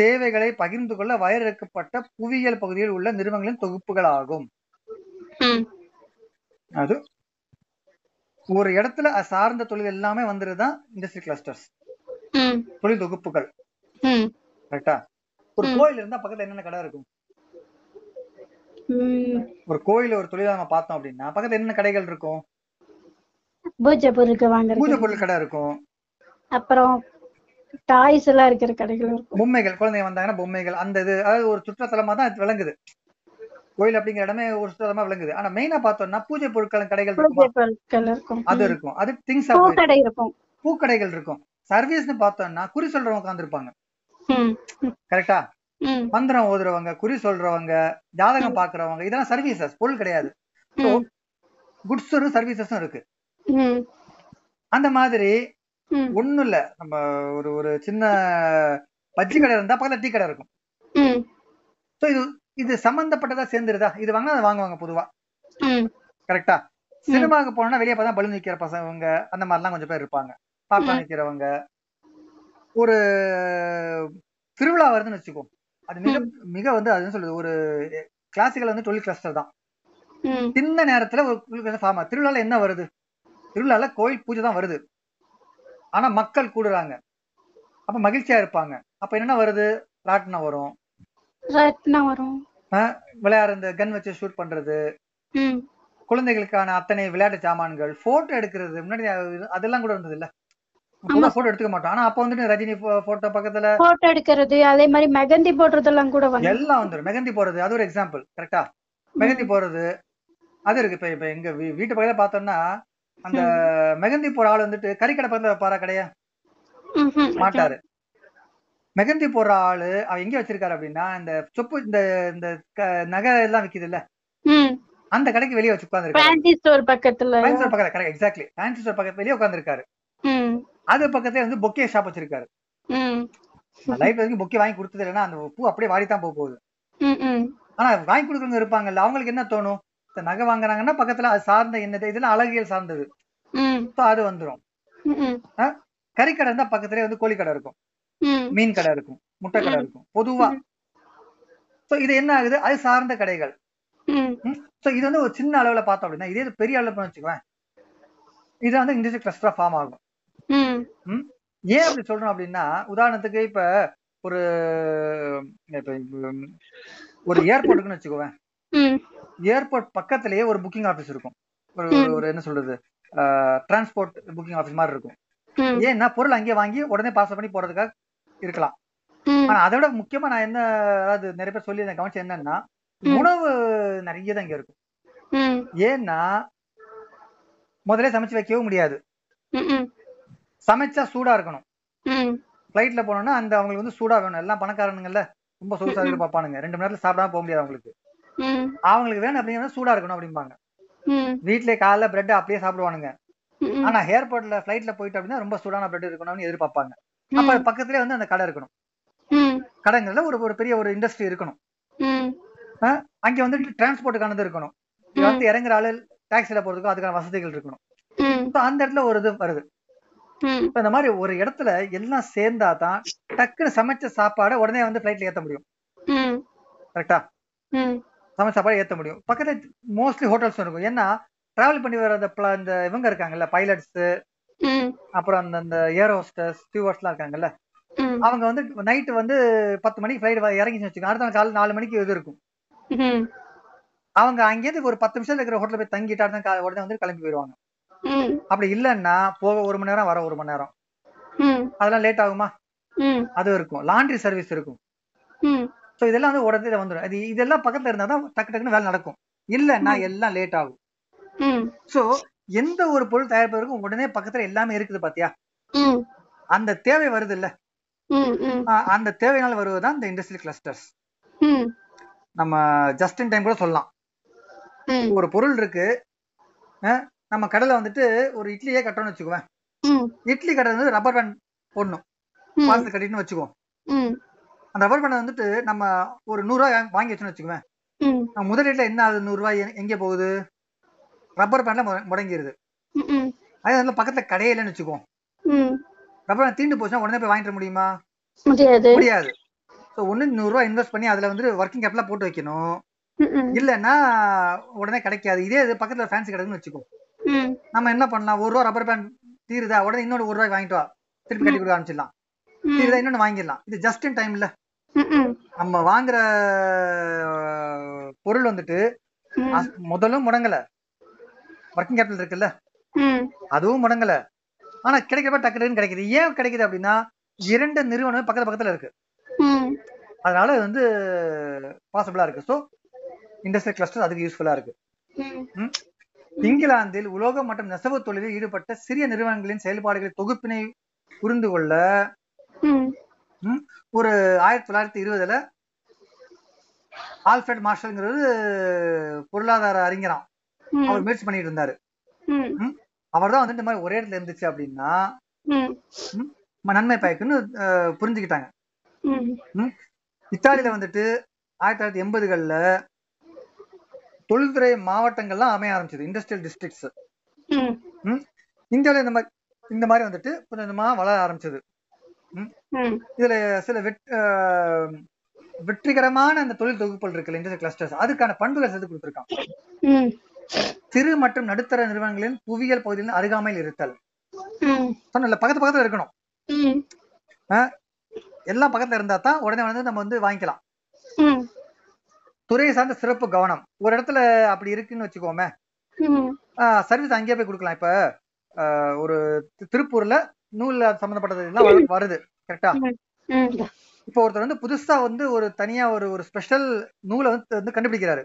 [SPEAKER 1] தேவைகளை பகிர்ந்து கொள்ள வரையறுக்கப்பட்ட புவியியல் பகுதியில் உள்ள நிறுவனங்களின் தொகுப்புகள் ஆகும்
[SPEAKER 2] ம்
[SPEAKER 1] அது ஒரு இடத்துல அது சார்ந்த தொழில் எல்லாமே வந்துருது தான் இண்டஸ்ட்ரி கிளஸ்டர்ஸ்
[SPEAKER 2] ம்
[SPEAKER 1] தொழில் தொகுப்புகள்
[SPEAKER 2] ம்
[SPEAKER 1] கரெக்டா ஒரு
[SPEAKER 2] ம்.
[SPEAKER 1] கோயில் இருந்தா பக்கத்துல என்னென்ன கடை இருக்கும்
[SPEAKER 2] ம்.
[SPEAKER 1] ஒரு கோயில ஒரு தொழிலா நம்ம பார்த்தோம் அப்படின்னா பக்கத்துல என்ன கடைகள் இருக்கும்
[SPEAKER 2] பூஜை பொருட்கள்
[SPEAKER 1] பூஜை
[SPEAKER 2] வாங்குறது
[SPEAKER 1] பொருள் கடை இருக்கும்
[SPEAKER 2] அப்புறம் டாய்ஸ் எல்லாம் இருக்கிற கடைகள் இருக்கும்
[SPEAKER 1] பொம்மைகள் குழந்தைங்க வந்தாங்கன்னா பொம்மைகள் அந்த இது அதாவது ஒரு சுற்றுலாத்தலமா தான் இது விளங்குது கோயில் அப்படிங்கிற இடமே ஒரு சுற்றுலாத்தலமா விளங்குது ஆனா மெயினா பார்த்தோம்னா பூஜை பொருட்கள் கடைகள் இருக்குமா
[SPEAKER 2] பூஜை பொருட்கள் இருக்கும்
[SPEAKER 1] அது இருக்கும் அது திங்ஸ்
[SPEAKER 2] பூ கடை இருக்கும்
[SPEAKER 1] பூக்கடைகள் இருக்கும் சர்வீஸ்னு பார்த்தோம்னா குறி சொல்றவங்க உட்காந்துருப்பாங்க
[SPEAKER 2] ம்.
[SPEAKER 1] கரெக்டா
[SPEAKER 2] ம்.
[SPEAKER 1] மந்திரம் ஓதுறவங்க குறி சொல்றவங்க ஜாதகம் பாக்குறவங்க இதெல்லாம் சர்வீசஸ் பொருள் கிடையாது So,
[SPEAKER 2] ம்.
[SPEAKER 1] குட்ஸும் சர்வீசஸும் இருக்கு
[SPEAKER 2] ம்.
[SPEAKER 1] அந்த மாதிரி
[SPEAKER 2] ம்.
[SPEAKER 1] ஒண்ணும் இல்ல நம்ம ஒரு ஒரு சின்ன பஜ்ஜி கடை இருந்தா பக்கத்துல டீ கடை இருக்கும்
[SPEAKER 2] ம்.
[SPEAKER 1] ஸோ இது இது சம்பந்தப்பட்டதா சேர்ந்துருதா இது வாங்கினா அதை வாங்குவாங்க பொதுவா
[SPEAKER 2] ம்.
[SPEAKER 1] கரெக்டா சினிமாவுக்கு போனோம்னா வெளியே பார்த்தா பலூன் விற்கிற பசங்க அந்த மாதிரிலாம் கொஞ்சம் பேர் இருப்பாங்க பாப்கார்ன் விற்கிறவங்க ஒரு திருவிழா வருதுன்னு வச்சுக்கோ அது மிக மிக வந்து அது என்ன சொல்றது ஒரு கிளாசிக்கல் வந்து டுவெல் கிளஸ்டர் தான்
[SPEAKER 2] ம்.
[SPEAKER 1] சின்ன நேரத்துல ஒரு ஃபார்ம் திருவிழால என்ன வருது திருவிழால கோயில் பூஜை தான் வருது ஆனா மக்கள் கூடுறாங்க அப்ப மகிழ்ச்சியா இருப்பாங்க அப்ப என்னென்ன வருது ராட்டினம் வரும்
[SPEAKER 2] ரத்னா வரும்
[SPEAKER 1] விளையாடு இந்த கன் வச்சு ஷூட் பண்றது
[SPEAKER 2] ம்.
[SPEAKER 1] குழந்தைகளுக்கான அத்தனை விளையாட்டு சாமான்கள் போட்டோ எடுக்கிறது முன்னாடி அது- அதெல்லாம் கூட இருந்தது இல்ல
[SPEAKER 2] ஆமா.
[SPEAKER 1] போட்டோ எடுத்துக்க மாட்டோம் ஆனா அப்ப வந்துட்டு ரஜினி போட்டோ பக்கத்துல
[SPEAKER 2] போட்டோ எடுக்கிறது அதே மாதிரி மெகந்தி போடுறதெல்லாம் கூட வந்து
[SPEAKER 1] எல்லாம் வந்துடும் மெகந்தி போறது அது ஒரு எக்ஸாம்பிள் கரெக்டா மெகந்தி போறது அது இருக்கு இப்ப இப்ப எங்க வீ- வீட்டு பக்கத்துல பார்த்தோம்னா அந்த மெகந்தி போற ஆள் வந்துட்டு கறிக்கடை பக்கத்துல பாரா கடையா
[SPEAKER 2] ம்ஹும்.
[SPEAKER 1] மாட்டாரு மெகந்தி போற ஆளு அவ எங்க வச்சிருக்காரு அப்படின்னா இந்த சொப்பு இந்த இந்த க- நகை எல்லாம் விக்குது இல்ல
[SPEAKER 2] ம்.
[SPEAKER 1] அந்த கடைக்கு வெளியே வச்சு உட்காந்துருக்காரு
[SPEAKER 2] ஃபேன்சி ஸ்டோர் பக்கத்துல
[SPEAKER 1] ஃபேன்சி ஸ்டோர் பக்கத்துல கரெக்ட் எக்ஸாக்ட்லி ஃபேன்சி ஸ்டோர் பக்கத்துல வெளியே உட்காந்துருக்காரு
[SPEAKER 2] ம்.
[SPEAKER 1] அது பக்கத்துல வந்து பொக்கே ஷாப் வச்சிருக்காரு
[SPEAKER 2] ம்.
[SPEAKER 1] லைஃப்ல வரைக்கும் பொக்கே வாங்கி கொடுத்தது இல்லைன்னா அந்த பூ அப்படியே வாடி தான் போக போகுது
[SPEAKER 2] ம். ம்.
[SPEAKER 1] ஆனா வாங்கி கொடுக்குறவங்க இருப்பாங்கல்ல அவங்களுக்கு என்ன தோணும் இந்த நகை வாங்குறாங்கன்னா பக்கத்துல அது சார்ந்த என்னது இதெல்லாம் அழகியல் சார்ந்தது
[SPEAKER 2] ம்.
[SPEAKER 1] ஸோ அது வந்துடும்
[SPEAKER 2] ம்.
[SPEAKER 1] கறிக்கடை இருந்தா பக்கத்துலயே வந்து கோழிக்கடை இருக்கும்
[SPEAKER 2] ம்.
[SPEAKER 1] மீன் கடை இருக்கும் முட்டை கடை இருக்கும் பொதுவா ஸோ இது என்ன ஆகுது அது சார்ந்த கடைகள்
[SPEAKER 2] ம்.
[SPEAKER 1] ஸோ இது வந்து ஒரு சின்ன அளவுல பார்த்தோம் அப்படின்னா இதே இது பெரிய அளவுல வச்சுக்குவேன் இது வந்து இண்டஸ்ட்ரி கிளஸ்டரா ஃபார்ம் ஆகும்
[SPEAKER 2] ம்.
[SPEAKER 1] ஏன் அப்படி சொல்றோம் அப்படின்னா உதாரணத்துக்கு இப்ப ஒரு இப்ப ஒரு ஏர்போர்ட்டுக்குன்னு வச்சுக்குவேன்
[SPEAKER 2] ம்.
[SPEAKER 1] ஏர்போர்ட் பக்கத்திலேயே ஒரு புக்கிங் ஆபீஸ் இருக்கும் ஒரு
[SPEAKER 2] ம்.
[SPEAKER 1] ஒரு என்ன சொல்றது டிரான்ஸ்போர்ட் புக்கிங் ஆபீஸ் மாதிரி இருக்கும்
[SPEAKER 2] ம்.
[SPEAKER 1] ஏன்னா பொருள் அங்கேயே வாங்கி உடனே பார்சல் பண்ணி போறதுக்காக இருக்கலாம்
[SPEAKER 2] ம்.
[SPEAKER 1] ஆனா அதை விட முக்கியமா நான் என்ன அதாவது நிறைய பேர் சொல்லி நான் கவனிச்சு என்னன்னா
[SPEAKER 2] ம்.
[SPEAKER 1] உணவு நிறைய தான் இங்க இருக்கும்
[SPEAKER 2] ம்.
[SPEAKER 1] ஏன்னா முதல்ல சமைச்சு வைக்கவும் முடியாது
[SPEAKER 2] ம்.
[SPEAKER 1] சமைச்சா சூடா இருக்கணும்
[SPEAKER 2] ம்.
[SPEAKER 1] ஃபிளைட்ல போனோம்னா அந்த அவங்களுக்கு வந்து சூடா வேணும் எல்லாம் பணக்காரனுங்கல்ல ரொம்ப சொகுசா
[SPEAKER 2] ம்.
[SPEAKER 1] பார்ப்பானுங்க ரெண்டு மணி நேரத்துல சாப்பிடாம போக முடியாது அவங்களுக்கு
[SPEAKER 2] ம்.
[SPEAKER 1] அவங்களுக்கு வேணும் அப்படிங்கிறது சூடா இருக்கணும் அப்படிம்பாங்க
[SPEAKER 2] ம்.
[SPEAKER 1] வீட்லயே காலைல பிரெட் அப்படியே சாப்பிடுவானுங்க
[SPEAKER 2] ம்.
[SPEAKER 1] ஆனா ஏர்போர்ட்ல ஃபிளைட்ல போயிட்டு அப்படின்னா ரொம்ப சூடான பிரெட் இருக்கணும்னு எதிர்பார்ப்பாங்க அப்ப
[SPEAKER 2] ம்.
[SPEAKER 1] பக்கத்துலயே வந்து அந்த கடை இருக்கணும்
[SPEAKER 2] ம்.
[SPEAKER 1] கடைங்கிறதுல ஒரு ஒரு பெரிய ஒரு இண்டஸ்ட்ரி இருக்கணும்
[SPEAKER 2] ம்.
[SPEAKER 1] அங்க வந்துட்டு டிரான்ஸ்போர்ட்டுக்கானது இருக்கணும் இங்க
[SPEAKER 2] ம்.
[SPEAKER 1] வந்து இறங்குற ஆளு டாக்ஸில போறதுக்கும் அதுக்கான வசதிகள் இருக்கணும்
[SPEAKER 2] ம்.
[SPEAKER 1] So, அந்த இடத்துல ஒரு இது வருது
[SPEAKER 2] ம்.
[SPEAKER 1] So, இந்த மாதிரி ஒரு இடத்துல எல்லாம் சேர்ந்தா தான் டக்குன்னு சமைச்ச சாப்பாடை உடனே வந்து ஃபிளைட்ல ஏத்த முடியும்
[SPEAKER 2] ம்.
[SPEAKER 1] கரெக்டா
[SPEAKER 2] ம்.
[SPEAKER 1] சமைச்ச சாப்பாடு ஏத்த முடியும் பக்கத்துல மோஸ்ட்லி ஹோட்டல்ஸ் இருக்கும் ஏன்னா டிராவல் பண்ணி வர அந்த pla- இந்த இவங்க இருக்காங்கல்ல பைலட்ஸ்
[SPEAKER 2] ம்.
[SPEAKER 1] அப்புறம் அந்த அந்த ஏர் ஹோஸ்டர்ஸ் ஸ்டூவர்ட்ஸ்லாம் இருக்காங்கல்ல
[SPEAKER 2] ம்.
[SPEAKER 1] அவங்க வந்து நைட் வந்து பத்து மணிக்கு ஃபிளைட் இறங்கிச்சு வச்சுக்கோங்க அடுத்த நாள் காலை நாலு மணிக்கு இது இருக்கும்
[SPEAKER 2] ம்.
[SPEAKER 1] அவங்க அங்கேயிருந்து ஒரு பத்து நிமிஷம் இருக்கிற ஹோட்டல் போய் தங்கிட்டு அடுத்த நாள் கா- உடனே வந்து கிளம்பி போயிடுவாங்க
[SPEAKER 2] ம்.
[SPEAKER 1] அப்படி இல்லைன்னா போக ஒரு மணி நேரம் வர ஒரு மணி நேரம்
[SPEAKER 2] ம்.
[SPEAKER 1] அதெல்லாம் லேட் ஆகுமா
[SPEAKER 2] ம்.
[SPEAKER 1] அது இருக்கும் லாண்ட்ரி சர்வீஸ் இருக்கும்
[SPEAKER 2] ம்.
[SPEAKER 1] ஸோ இதெல்லாம் வந்து உடனே வந்துடும் இது இதெல்லாம் பக்கத்துல இருந்தா தான் டக்கு டக்குன்னு வேலை நடக்கும் இல்லைன்னா எல்லாம் லேட் ஆகும்
[SPEAKER 2] ம்.
[SPEAKER 1] ஸோ எந்த ஒரு பொருள் தயாரிப்பதற்கும் உடனே பக்கத்துல எல்லாமே இருக்குது பாத்தியா
[SPEAKER 2] ம்.
[SPEAKER 1] அந்த தேவை வருது இல்ல
[SPEAKER 2] ம். ம்.
[SPEAKER 1] ஆஹ் அந்த தேவையினால வருவதுதான் இந்த இண்டஸ்ட்ரியல் கிளஸ்டர்ஸ்
[SPEAKER 2] ம்.
[SPEAKER 1] நம்ம ஜஸ்ட் இன் டைம் கூட சொல்லலாம்
[SPEAKER 2] ம்.
[SPEAKER 1] ஒரு பொருள் இருக்கு ஆஹ் நம்ம கடையில வந்துட்டு ஒரு இட்லியே கட்டணும்னு வச்சுக்குவேன்
[SPEAKER 2] ம்.
[SPEAKER 1] இட்லி கடை வந்து ரப்பர் பேண்ட் போடணும்
[SPEAKER 2] ம்.
[SPEAKER 1] பாலத்து கட்டின்னு வச்சுக்கோ
[SPEAKER 2] ம்.
[SPEAKER 1] அந்த ரப்பர் பேண்டை வந்துட்டு நம்ம ஒரு நூறுரூவா வாங்கி வச்சோம்னு வச்சுக்குவேன்
[SPEAKER 2] ம்.
[SPEAKER 1] நம்ம முதலீட்டுல என்ன ஆகுது நூறு ரூபாய் எங்க- எங்க போகுது ரப்பர் பேண்ட்ல முட- முடங்கிருது
[SPEAKER 2] ம். ம்.
[SPEAKER 1] அதே அதுல பக்கத்துல கடையே இல்லைன்னு வச்சுக்கோம்
[SPEAKER 2] ம்.
[SPEAKER 1] ரப்பர் பேண்ட் தீண்டு போச்சுன்னா உடனே போய் வாங்கிட்டு வர முடியுமா
[SPEAKER 2] முடியாது
[SPEAKER 1] முடியாது ஸோ ஒண்ணு நூறு ரூபாய் இன்வெஸ்ட் பண்ணி அதுல வந்து ஒர்க்கிங் கேபிளா போட்டு வைக்கணும்
[SPEAKER 2] ம். ம்.
[SPEAKER 1] இல்லைன்னா உடனே கிடைக்காது இதே இது பக்கத்துல ஃபேன்சி கிடக்குன்னு வச்சுக்கோ
[SPEAKER 2] ம்.
[SPEAKER 1] நம்ம என்ன பண்ணலாம் ஒரு ரூபா ரப்பர் பேண்ட் தீருதா உடனே இன்னொரு ஒரு ரூபாய் வாங்கிட்டு வா திருப்பி கட்டி கொடுக்க ஆரம்பிச்சிடலாம்
[SPEAKER 2] ம்.
[SPEAKER 1] தீருதா இன்னொன்னு வாங்கிடலாம் இது ஜஸ்ட் இன் டைம்ல
[SPEAKER 2] ம்ம்.
[SPEAKER 1] நம்ம வாங்குற அஹ், பொருள் வந்துட்டு
[SPEAKER 2] ம்.
[SPEAKER 1] அஸ்- முதலும் முடங்கல ஒர்க்கிங் கேபிட்டல் இருக்குல்ல
[SPEAKER 2] ம்.
[SPEAKER 1] அதுவும் முடங்கல ஆனா கிடைக்கிறப்ப டக்குன்னு கிடைக்குது ஏன் கிடைக்குது அப்படின்னா இரண்டு நிறுவனமே பக்கத்து பக்கத்துல இருக்கு
[SPEAKER 2] ம்.
[SPEAKER 1] அதனால இது வந்து பாசிபிளா இருக்கு ஸோ இண்டஸ்ட்ரியல் கிளஸ்டர் அதுக்கு யூஸ்ஃபுல்லா இருக்கு
[SPEAKER 2] ம்.
[SPEAKER 1] இங்கிலாந்தில் உலோகம் மற்றும் நெசவு தொழிலில் ஈடுபட்ட சிறிய நிறுவனங்களின் செயல்பாடுகளின் தொகுப்பினை புரிந்து கொள்ள
[SPEAKER 2] ம்.
[SPEAKER 1] ஒரு ஆயிரத்தி தொள்ளாயிரத்தி இருபதுல ஆல்ஃபிரட் மார்ஷல்ங்கிறது பொருளாதார அறிஞராம்
[SPEAKER 2] ம்.
[SPEAKER 1] அவர் முயற்சி பண்ணிட்டு இருந்தாரு
[SPEAKER 2] ம்.
[SPEAKER 1] அவர் தான் வந்து இந்த மாதிரி ஒரே இடத்துல இருந்துச்சு அப்படின்னா
[SPEAKER 2] ம்.
[SPEAKER 1] நம்ம நன்மை பயக்குன்னு அஹ், புரிஞ்சுக்கிட்டாங்க
[SPEAKER 2] ம்.
[SPEAKER 1] இத்தாலியில வந்துட்டு ஆயிரத்தி தொள்ளாயிரத்தி எண்பதுகள்ல தொழில்துறை மாவட்டங்கள்லாம் அமைய ஆரம்பிச்சது இண்டஸ்ட்ரியல் டிஸ்ட்ரிக்ட்ஸ்
[SPEAKER 2] ம்.
[SPEAKER 1] இந்தியாவில் இந்த மாதிரி இந்த மாதிரி வந்துட்டு கொஞ்சம் கொஞ்சமா வளர ஆரம்பிச்சது
[SPEAKER 2] ம்.
[SPEAKER 1] இதுல சில வெட்- அஹ், வெற்றிகரமான அந்த தொழில் தொகுப்புகள் இருக்குல்ல இண்டஸ்ட்ரியல் கிளஸ்டர்ஸ் அதுக்கான பண்புகள் சேர்த்து கொடுத்துருக்காங்க
[SPEAKER 2] ம்.
[SPEAKER 1] சிறு மற்றும் நடுத்தர நிறுவனங்களின் புவியியல் பகுதிகளின் அருகாமையில் இருத்தல்
[SPEAKER 2] ம்.
[SPEAKER 1] சொன்னல பக்கத்து பக்கத்துல இருக்கணும்
[SPEAKER 2] ம்.
[SPEAKER 1] எல்லாம் பக்கத்துல இருந்தா தான் உடனே வந்து நம்ம வந்து வாங்கிக்கலாம்
[SPEAKER 2] ம்.
[SPEAKER 1] துறை சார்ந்த சிறப்பு கவனம் ஒரு இடத்துல அப்படி இருக்குன்னு வச்சுக்கோமே
[SPEAKER 2] ம்.
[SPEAKER 1] சர்வீஸ் அங்கேயே போய் கொடுக்கலாம் இப்ப ஆஹ், ஒரு தி- திருப்பூர்ல நூல் சம்பந்தப்பட்டது எல்லாம் வரு- வருது கரெக்டா
[SPEAKER 2] ம்.
[SPEAKER 1] இப்போ ஒருத்தர் வந்து புதுசா வந்து ஒரு தனியா ஒரு ஒரு ஸ்பெஷல் நூலை வந்து வந்து கண்டுபிடிக்கிறாரு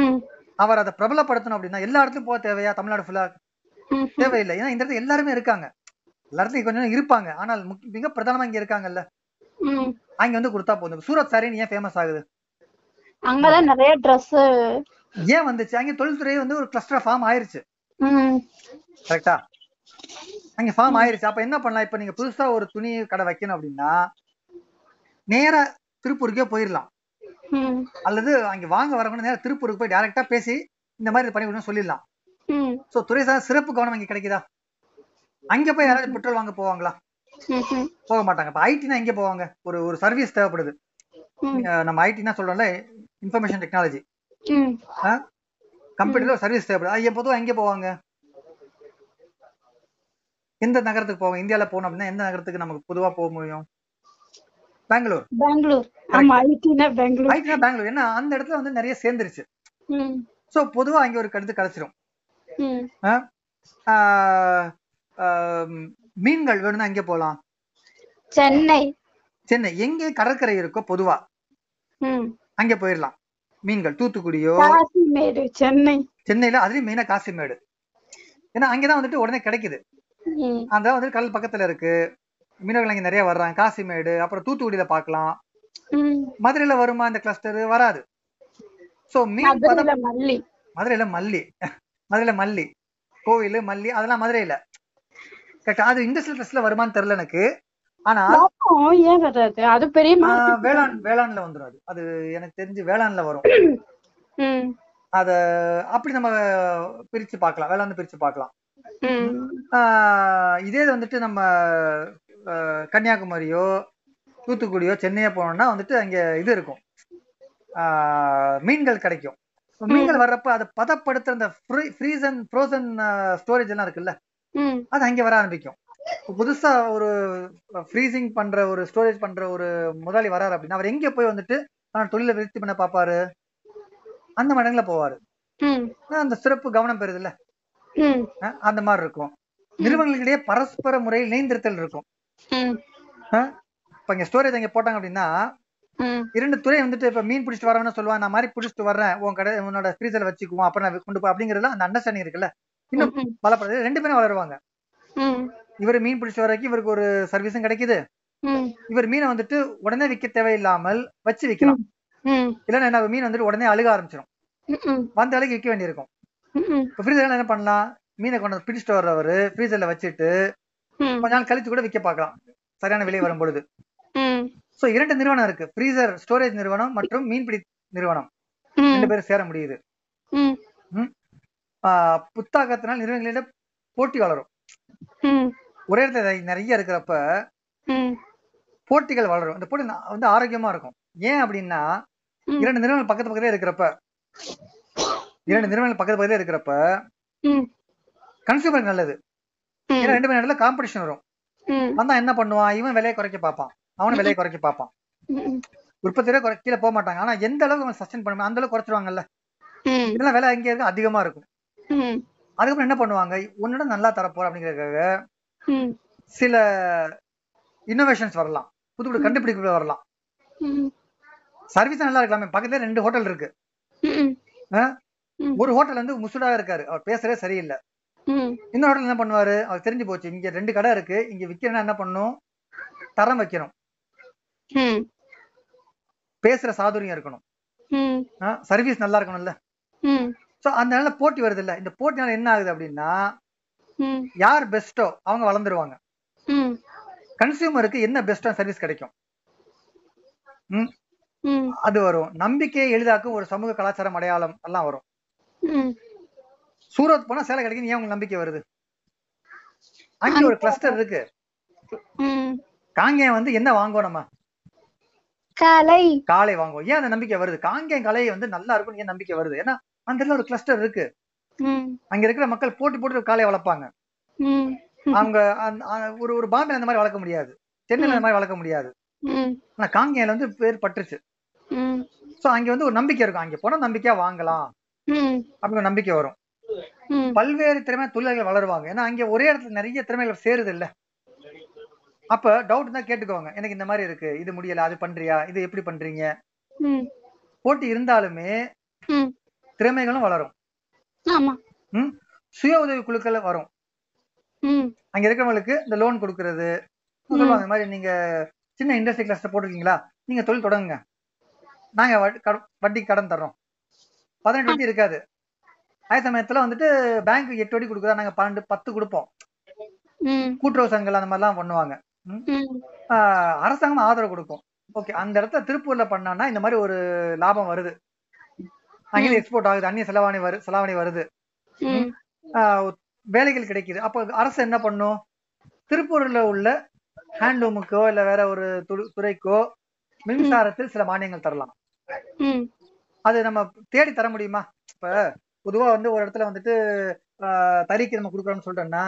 [SPEAKER 2] ம்.
[SPEAKER 1] அவர் அதை பிரபலப்படுத்தணும் அப்படின்னா எல்லா இடத்துலயும் போக தேவையா தமிழ்நாடு ஃபுல்லா
[SPEAKER 2] ம்.
[SPEAKER 1] தேவையில்லை ஏன்னா இந்த இடத்துல எல்லாருமே இருக்காங்க எல்லா இடத்துலயும் கொஞ்சம் இருப்பாங்க ஆனால் முக்- மிக பிரதானமா இங்க இருக்காங்கல்ல
[SPEAKER 2] ம்.
[SPEAKER 1] அங்க வந்து கொடுத்தா போதும் சூரத் சாரின்னு ஏன் ஃபேமஸ் ஆகுது
[SPEAKER 2] அங்கதான் நிறைய ட்ரெஸ்
[SPEAKER 1] ஏன் வந்துச்சு அங்க தொழில்துறை வந்து ஒரு கிளஸ்டர் ஃபார்ம் ஆயிருச்சு
[SPEAKER 2] ம்
[SPEAKER 1] கரெக்டா அங்க ஃபார்ம் ஆயிருச்சு அப்ப என்ன பண்ணலாம் இப்ப நீங்க புதுசா ஒரு துணி கடை வைக்கணும் அப்படின்னா நேரா திருப்பூருக்கே போயிடலாம்
[SPEAKER 2] ம்
[SPEAKER 1] அல்லது அங்க வாங்க வரவங்க நேரா திருப்பூருக்கு போய் டைரக்டா பேசி இந்த மாதிரி இது பண்ணி கொடுன்னு சொல்லிடலாம்
[SPEAKER 2] ம்
[SPEAKER 1] சோ துறை சார் சிறப்பு கவனம் இங்க கிடைக்குதா அங்க போய் யாராவது பெட்ரோல் வாங்க போவாங்களா
[SPEAKER 2] ம்
[SPEAKER 1] போக மாட்டாங்க இப்ப ஐடினா எங்க போவாங்க ஒரு ஒரு சர்வீஸ் தேவைப்படுது
[SPEAKER 2] ம்.
[SPEAKER 1] அஹ் நம்ம ஐடினா சொல்றோம்ல இன்ஃபர்மேஷன் டெக்னாலஜி
[SPEAKER 2] ம்
[SPEAKER 1] கம்பெனில ஒரு சர்வீஸ் தேவைப்படுது அது எப்போதும் எங்க போவாங்க எந்த நகரத்துக்கு போவோம் இந்தியால போகணும் அப்படின்னா எந்த நகரத்துக்கு நமக்கு பொதுவா போக முடியும் பெங்களூர்
[SPEAKER 2] பெங்களூர் ஆமா ஐடினா பெங்களூர்
[SPEAKER 1] ஐடினா பெங்களூர் ஏன்னா அந்த இடத்துல வந்து நிறைய சேர்ந்துருச்சு
[SPEAKER 2] ம்
[SPEAKER 1] சோ பொதுவா அங்க ஒரு கருத்து கிடைச்சிரும்
[SPEAKER 2] ம்
[SPEAKER 1] ஆஹ் ஆஹ் மீன்கள் வேணும்னா எங்க போகலாம்
[SPEAKER 2] சென்னை
[SPEAKER 1] சென்னை எங்க கடற்கரை இருக்கோ பொதுவா
[SPEAKER 2] ம்
[SPEAKER 1] அங்க போயிடலாம் மீன்கள் தூத்துக்குடியோ
[SPEAKER 2] காசிமேடு சென்னை
[SPEAKER 1] சென்னையில அதுலயும் மெயினா காசிமேடு ஏன்னா அங்கதான் வந்துட்டு உடனே கிடைக்குது
[SPEAKER 2] ம்
[SPEAKER 1] அதான் வந்து கடல் பக்கத்துல இருக்கு மீனவர்கள் இங்க நிறைய வர்றாங்க காசிமேடு அப்புறம் தூத்துக்குடியில பார்க்கலாம்
[SPEAKER 2] ம்
[SPEAKER 1] மதுரையில வருமா இந்த கிளஸ்டர் வராது சோ மீன் பதம்
[SPEAKER 2] மதுரையில மல்லி
[SPEAKER 1] மதுரையில மல்லி மதுரையில மல்லி கோவில் மல்லி அதெல்லாம் மதுரையில கரெக்டா அது இண்டஸ்ட்ரியல் கிளஸ்டர்ல வருமான்னு தெரியல எனக்கு ஆனா
[SPEAKER 2] பாப்போம் ஏன் வராது அது பெரிய
[SPEAKER 1] ஆ,
[SPEAKER 2] market.
[SPEAKER 1] வேளாண் வேளாண்ல வந்துரும் அது அது எனக்கு தெரிஞ்சு வேளாண்ல வரும்
[SPEAKER 2] ம்
[SPEAKER 1] அத அப்படி நம்ம பிரிச்சு பார்க்கலாம் வேளாண் பிரிச்சு பார்க்கலாம்
[SPEAKER 2] ம்
[SPEAKER 1] ஆ, இதே இது வந்துட்டு நம்ம ஆ, கன்னியாகுமரியோ தூத்துக்குடியோ சென்னையோ போனோம்னா வந்துட்டு அங்க இது இருக்கும் ஆ, மீன்கள் கிடைக்கும் So, மீன்கள் வர்றப்ப அதை பதப்படுத்துற அந்த ஃப்ரீசன் ஃப்ரோசன் ஸ்டோரேஜ் எல்லாம் இருக்குல்ல
[SPEAKER 2] ம்
[SPEAKER 1] அது அங்க வர ஆரம்பிக்கும் இப்ப புதுசா ஒரு ஃப்ரீசிங் பண்ற ஒரு ஸ்டோரேஜ் பண்ற ஒரு முதலாளி வராரு அப்படின்னா அவர் எங்க போய் வந்துட்டு ஆனா தொழிலை விருத்தி பண்ண பாப்பாரு அந்த மடங்குல போவாரு
[SPEAKER 2] ம்
[SPEAKER 1] ஆனா, அந்த சிறப்பு கவனம் பெறுதுல்ல
[SPEAKER 2] ம்
[SPEAKER 1] அஹ், அந்த மாதிரி இருக்கும் நிறுவனங்களுக்கிடையே பரஸ்பர முறையில் இணைந்திருத்தல் இருக்கும்
[SPEAKER 2] ம்
[SPEAKER 1] இப்ப இங்க ஸ்டோரேஜ் அங்க போட்டாங்க அப்படின்னா
[SPEAKER 2] ம்
[SPEAKER 1] இரண்டு துறை வந்துட்டு இப்ப மீன் பிடிச்சிட்டு வரவன சொல்லுவான் நான் மாதிரி பிடிச்சிட்டு வர்றேன் உன் கடை உன்னோட ஃப்ரீசர் வச்சுக்குவோம் அப்புறம் நான் கொண்டு போய் அப்படிங்கறதுல அந்த அண்டர்ஸ்டாண்டிங் இருக்குல்ல இன்னும்
[SPEAKER 2] ம்
[SPEAKER 1] பலப்படுறது ரெண்டு பேரும் வளருவாங்க
[SPEAKER 2] ம்
[SPEAKER 1] இவர் மீன் பிடிச்சிட்டு வரைக்கும் இவருக்கு ஒரு சர்வீஸும் கிடைக்குது
[SPEAKER 2] ம்
[SPEAKER 1] இவர் மீனை வந்துட்டு உடனே விற்க தேவையில்லாமல் வச்சு விற்கலாம்
[SPEAKER 2] ம்
[SPEAKER 1] இல்லைன்னா என்ன மீன் வந்துட்டு உடனே அழுக ஆரம்பிச்சிடும்
[SPEAKER 2] ம்
[SPEAKER 1] வந்த அளவுக்கு விற்க வேண்டியிருக்கும்
[SPEAKER 2] ம்
[SPEAKER 1] இப்போ ஃப்ரீசர்ல என்ன பண்ணலாம் மீனை கொண்டு வந்து பிடிச்சிட்டு வர்றவரு ஃப்ரீசர்ல வச்சுட்டு
[SPEAKER 2] ம்
[SPEAKER 1] கொஞ்ச நாள் கழிச்சு கூட விற்க பார்க்கலாம் சரியான விலை வரும் பொழுது
[SPEAKER 2] ம்
[SPEAKER 1] ஸோ இரண்டு நிறுவனம் இருக்கு ஃப்ரீசர் ஸ்டோரேஜ் நிறுவனம் மற்றும் மீன்பிடி நிறுவனம் ரெண்டு பேரும் சேர முடியுது
[SPEAKER 2] ம்
[SPEAKER 1] ஆஹ் புத்தாக்கத்தினால் நிறுவனங்களிடம் போட்டி வளரும்
[SPEAKER 2] ம்
[SPEAKER 1] ஒரே இடத்துல நிறை- நிறைய இருக்கிறப்ப
[SPEAKER 2] ம்
[SPEAKER 1] போட்டிகள் வளரும் இந்த போட்டி நா- வந்து ஆரோக்கியமா இருக்கும் ஏன் அப்படின்னா
[SPEAKER 2] ம்.
[SPEAKER 1] இரண்டு நிறுவனங்கள் பக்கத்து பக்கத்துல இருக்கிறப்ப இரண்டு நிறுவனங்கள் பக்கத்து பக்கத்துல இருக்கிறப்ப
[SPEAKER 2] ம்
[SPEAKER 1] கன்சியூமருக்கு நல்லது ஏன்னா
[SPEAKER 2] ம்
[SPEAKER 1] ரெண்டு மணி நேரத்துல காம்படிஷன் வரும்
[SPEAKER 2] ம்
[SPEAKER 1] வந்தா என்ன பண்ணுவான் இவன் விலையை குறைக்க பார்ப்பான் அவனும் விலையை குறைக்க பார்ப்பான்
[SPEAKER 2] ம்
[SPEAKER 1] உற்பத்தியில குறை கீழே போக மாட்டாங்க ஆனா எந்த அளவுக்கு அவங்க சஸ்டைன் பண்ண முடியுமோ அந்த அளவுக்கு குறைச்சிருவாங்கல்ல
[SPEAKER 2] ம்
[SPEAKER 1] இதெல்லாம் வேலை எங்க இருக்கு அதிகமா இருக்கும்
[SPEAKER 2] ம்
[SPEAKER 1] அதுக்கப்புறம் என்ன பண்ணுவாங்க உன்னோட நல்லா தரப்போற அப்படிங்கறதுக்காக
[SPEAKER 2] ம்
[SPEAKER 1] சில இன்னோவேஷன்ஸ் வரலாம் புது புது கண்டுபிடிப்புகள் வரலாம்
[SPEAKER 2] ம்
[SPEAKER 1] சர்வீஸ் நல்லா இருக்கலாமே பக்கத்துல ரெண்டு ஹோட்டல் இருக்கு
[SPEAKER 2] ம்
[SPEAKER 1] ஒரு ஹோட்டல் வந்து முசுடா இருக்காரு அவர் பேசுறதே சரியில்லை
[SPEAKER 2] ம்
[SPEAKER 1] இன்னொரு ஹோட்டல் என்ன பண்ணுவாரு அவர் தெரிஞ்சு போச்சு இங்க ரெண்டு கடை இருக்கு இங்க விக்கிறனா என்ன பண்ணும் தரம் வைக்கணும்
[SPEAKER 2] ம்
[SPEAKER 1] பேசுற சாதுரியம் இருக்கணும்
[SPEAKER 2] ம்
[SPEAKER 1] சர்வீஸ் நல்லா இருக்கணும்ல
[SPEAKER 2] ம்
[SPEAKER 1] சோ அதனால போட்டி வருது இல்ல இந்த போட்டினால என்ன ஆகுது அப்படின்னா
[SPEAKER 2] ம்
[SPEAKER 1] யார் பெஸ்ட்டோ அவங்க வளர்ந்துருவாங்க
[SPEAKER 2] ம்
[SPEAKER 1] கன்சியூமருக்கு என்ன பெஸ்ட்டான சர்வீஸ் கிடைக்கும்
[SPEAKER 2] ம்
[SPEAKER 1] அது வரும் நம்பிக்கையை எளிதாக்கும் ஒரு சமூக கலாச்சாரம் அடையாளம் எல்லாம் வரும்
[SPEAKER 2] ம்
[SPEAKER 1] சூரத் போனா சேலை கிடைக்கும் ஏன் உங்களுக்கு நம்பிக்கை வருது அங்க ஒரு கிளஸ்டர் இருக்கு
[SPEAKER 2] ம்
[SPEAKER 1] காங்கேயம் வந்து என்ன வாங்குவோம் நம்ம
[SPEAKER 2] கலை
[SPEAKER 1] காளை வாங்குவோம் ஏன் அந்த நம்பிக்கை வருது காங்கேயம் காளை வந்து நல்லா இருக்கும் ஏன் நம்பிக்கை வருது ஏன்னா அந்த இடத்துல ஒரு கிளஸ்டர் இருக்கு
[SPEAKER 2] ம்
[SPEAKER 1] அங்க இருக்கிற மக்கள் போட்டி போட்டு காளையை வளர்ப்பாங்க
[SPEAKER 2] ம்
[SPEAKER 1] அவங்க அந்த- அந்த- ஒரு ஒரு பாம்பே அந்த மாதிரி வளர்க்க முடியாது சென்னையில அந்த மாதிரி வளர்க்க முடியாது
[SPEAKER 2] ம்
[SPEAKER 1] ஆனா காங்கேயில வந்து பேர் பட்டுருச்சு
[SPEAKER 2] ம்
[SPEAKER 1] சோ அங்க வந்து ஒரு நம்பிக்கை இருக்கும் அங்க போனா நம்பிக்கையா வாங்கலாம்
[SPEAKER 2] ம்
[SPEAKER 1] அப்படிங்கிற நம்பிக்கை வரும்
[SPEAKER 2] ம்
[SPEAKER 1] பல்வேறு திறமை தொழிலாளர்கள் வளருவாங்க ஏன்னா அங்க ஒரே இடத்துல நிறைய திறமைகள் சேருது இல்ல அப்ப டவுட் தான் கேட்டுக்கோங்க எனக்கு இந்த மாதிரி இருக்கு இது முடியல அது பண்றியா இது எப்படி பண்றீங்க
[SPEAKER 2] ம்
[SPEAKER 1] போட்டி இருந்தாலுமே
[SPEAKER 2] ம்
[SPEAKER 1] திறமைகளும் வளரும்
[SPEAKER 2] ஆமா
[SPEAKER 1] சுய உதவி குழுக்கள் வரும்
[SPEAKER 2] ம்
[SPEAKER 1] அங்க இருக்கிறவங்களுக்கு இந்த லோன் கொடுக்கறது
[SPEAKER 2] ம்.
[SPEAKER 1] சொல்லுவாங்க இந்த மாதிரி நீங்க சின்ன இண்டஸ்ட்ரி கிளஸ்டர் போட்டிருக்கீங்களா நீங்க தொழில் தொடங்குங்க நாங்க வட்டி கடன் வட்டிக்கு கடன் தர்றோம் பதினெட்டு வட்டி இருக்காது அதே சமயத்துல வந்துட்டு பேங்க் எட்டு வட்டி கொடுக்குறா நாங்க பன்னெண்டு பத்து கொடுப்போம்
[SPEAKER 2] ம்
[SPEAKER 1] கூட்டுறவு சங்கங்கள் அந்த மாதிரிலாம் பண்ணுவாங்க
[SPEAKER 2] ம்
[SPEAKER 1] ஆஹ் அரசாங்கம் ஆதரவு கொடுக்கும் ஓகே அந்த இடத்துல திருப்பூர்ல பண்ணான்னா இந்த மாதிரி ஒரு லாபம் வருது அங்கே எக்ஸ்போர்ட் ஆகுது அந்நிய செலவாணி வரு செலாவணி வருது
[SPEAKER 2] ம்
[SPEAKER 1] ஆஹ் வேலைகள் கிடைக்குது அப்போ அரசு என்ன பண்ணும் திருப்பூர்ல உள்ள ஹேண்ட்லூமுக்கோ இல்ல வேற ஒரு துரு- துறைக்கோ மின்சாரத்தில் சில மானியங்கள் தரலாம்
[SPEAKER 2] ம்
[SPEAKER 1] அது நம்ம தேடி தர முடியுமா இப்ப பொதுவா வந்து ஒரு இடத்துல வந்துட்டு ஆஹ் தறிக்கு நம்ம கொடுக்குறோம்னு சொல்லிட்டோம்னா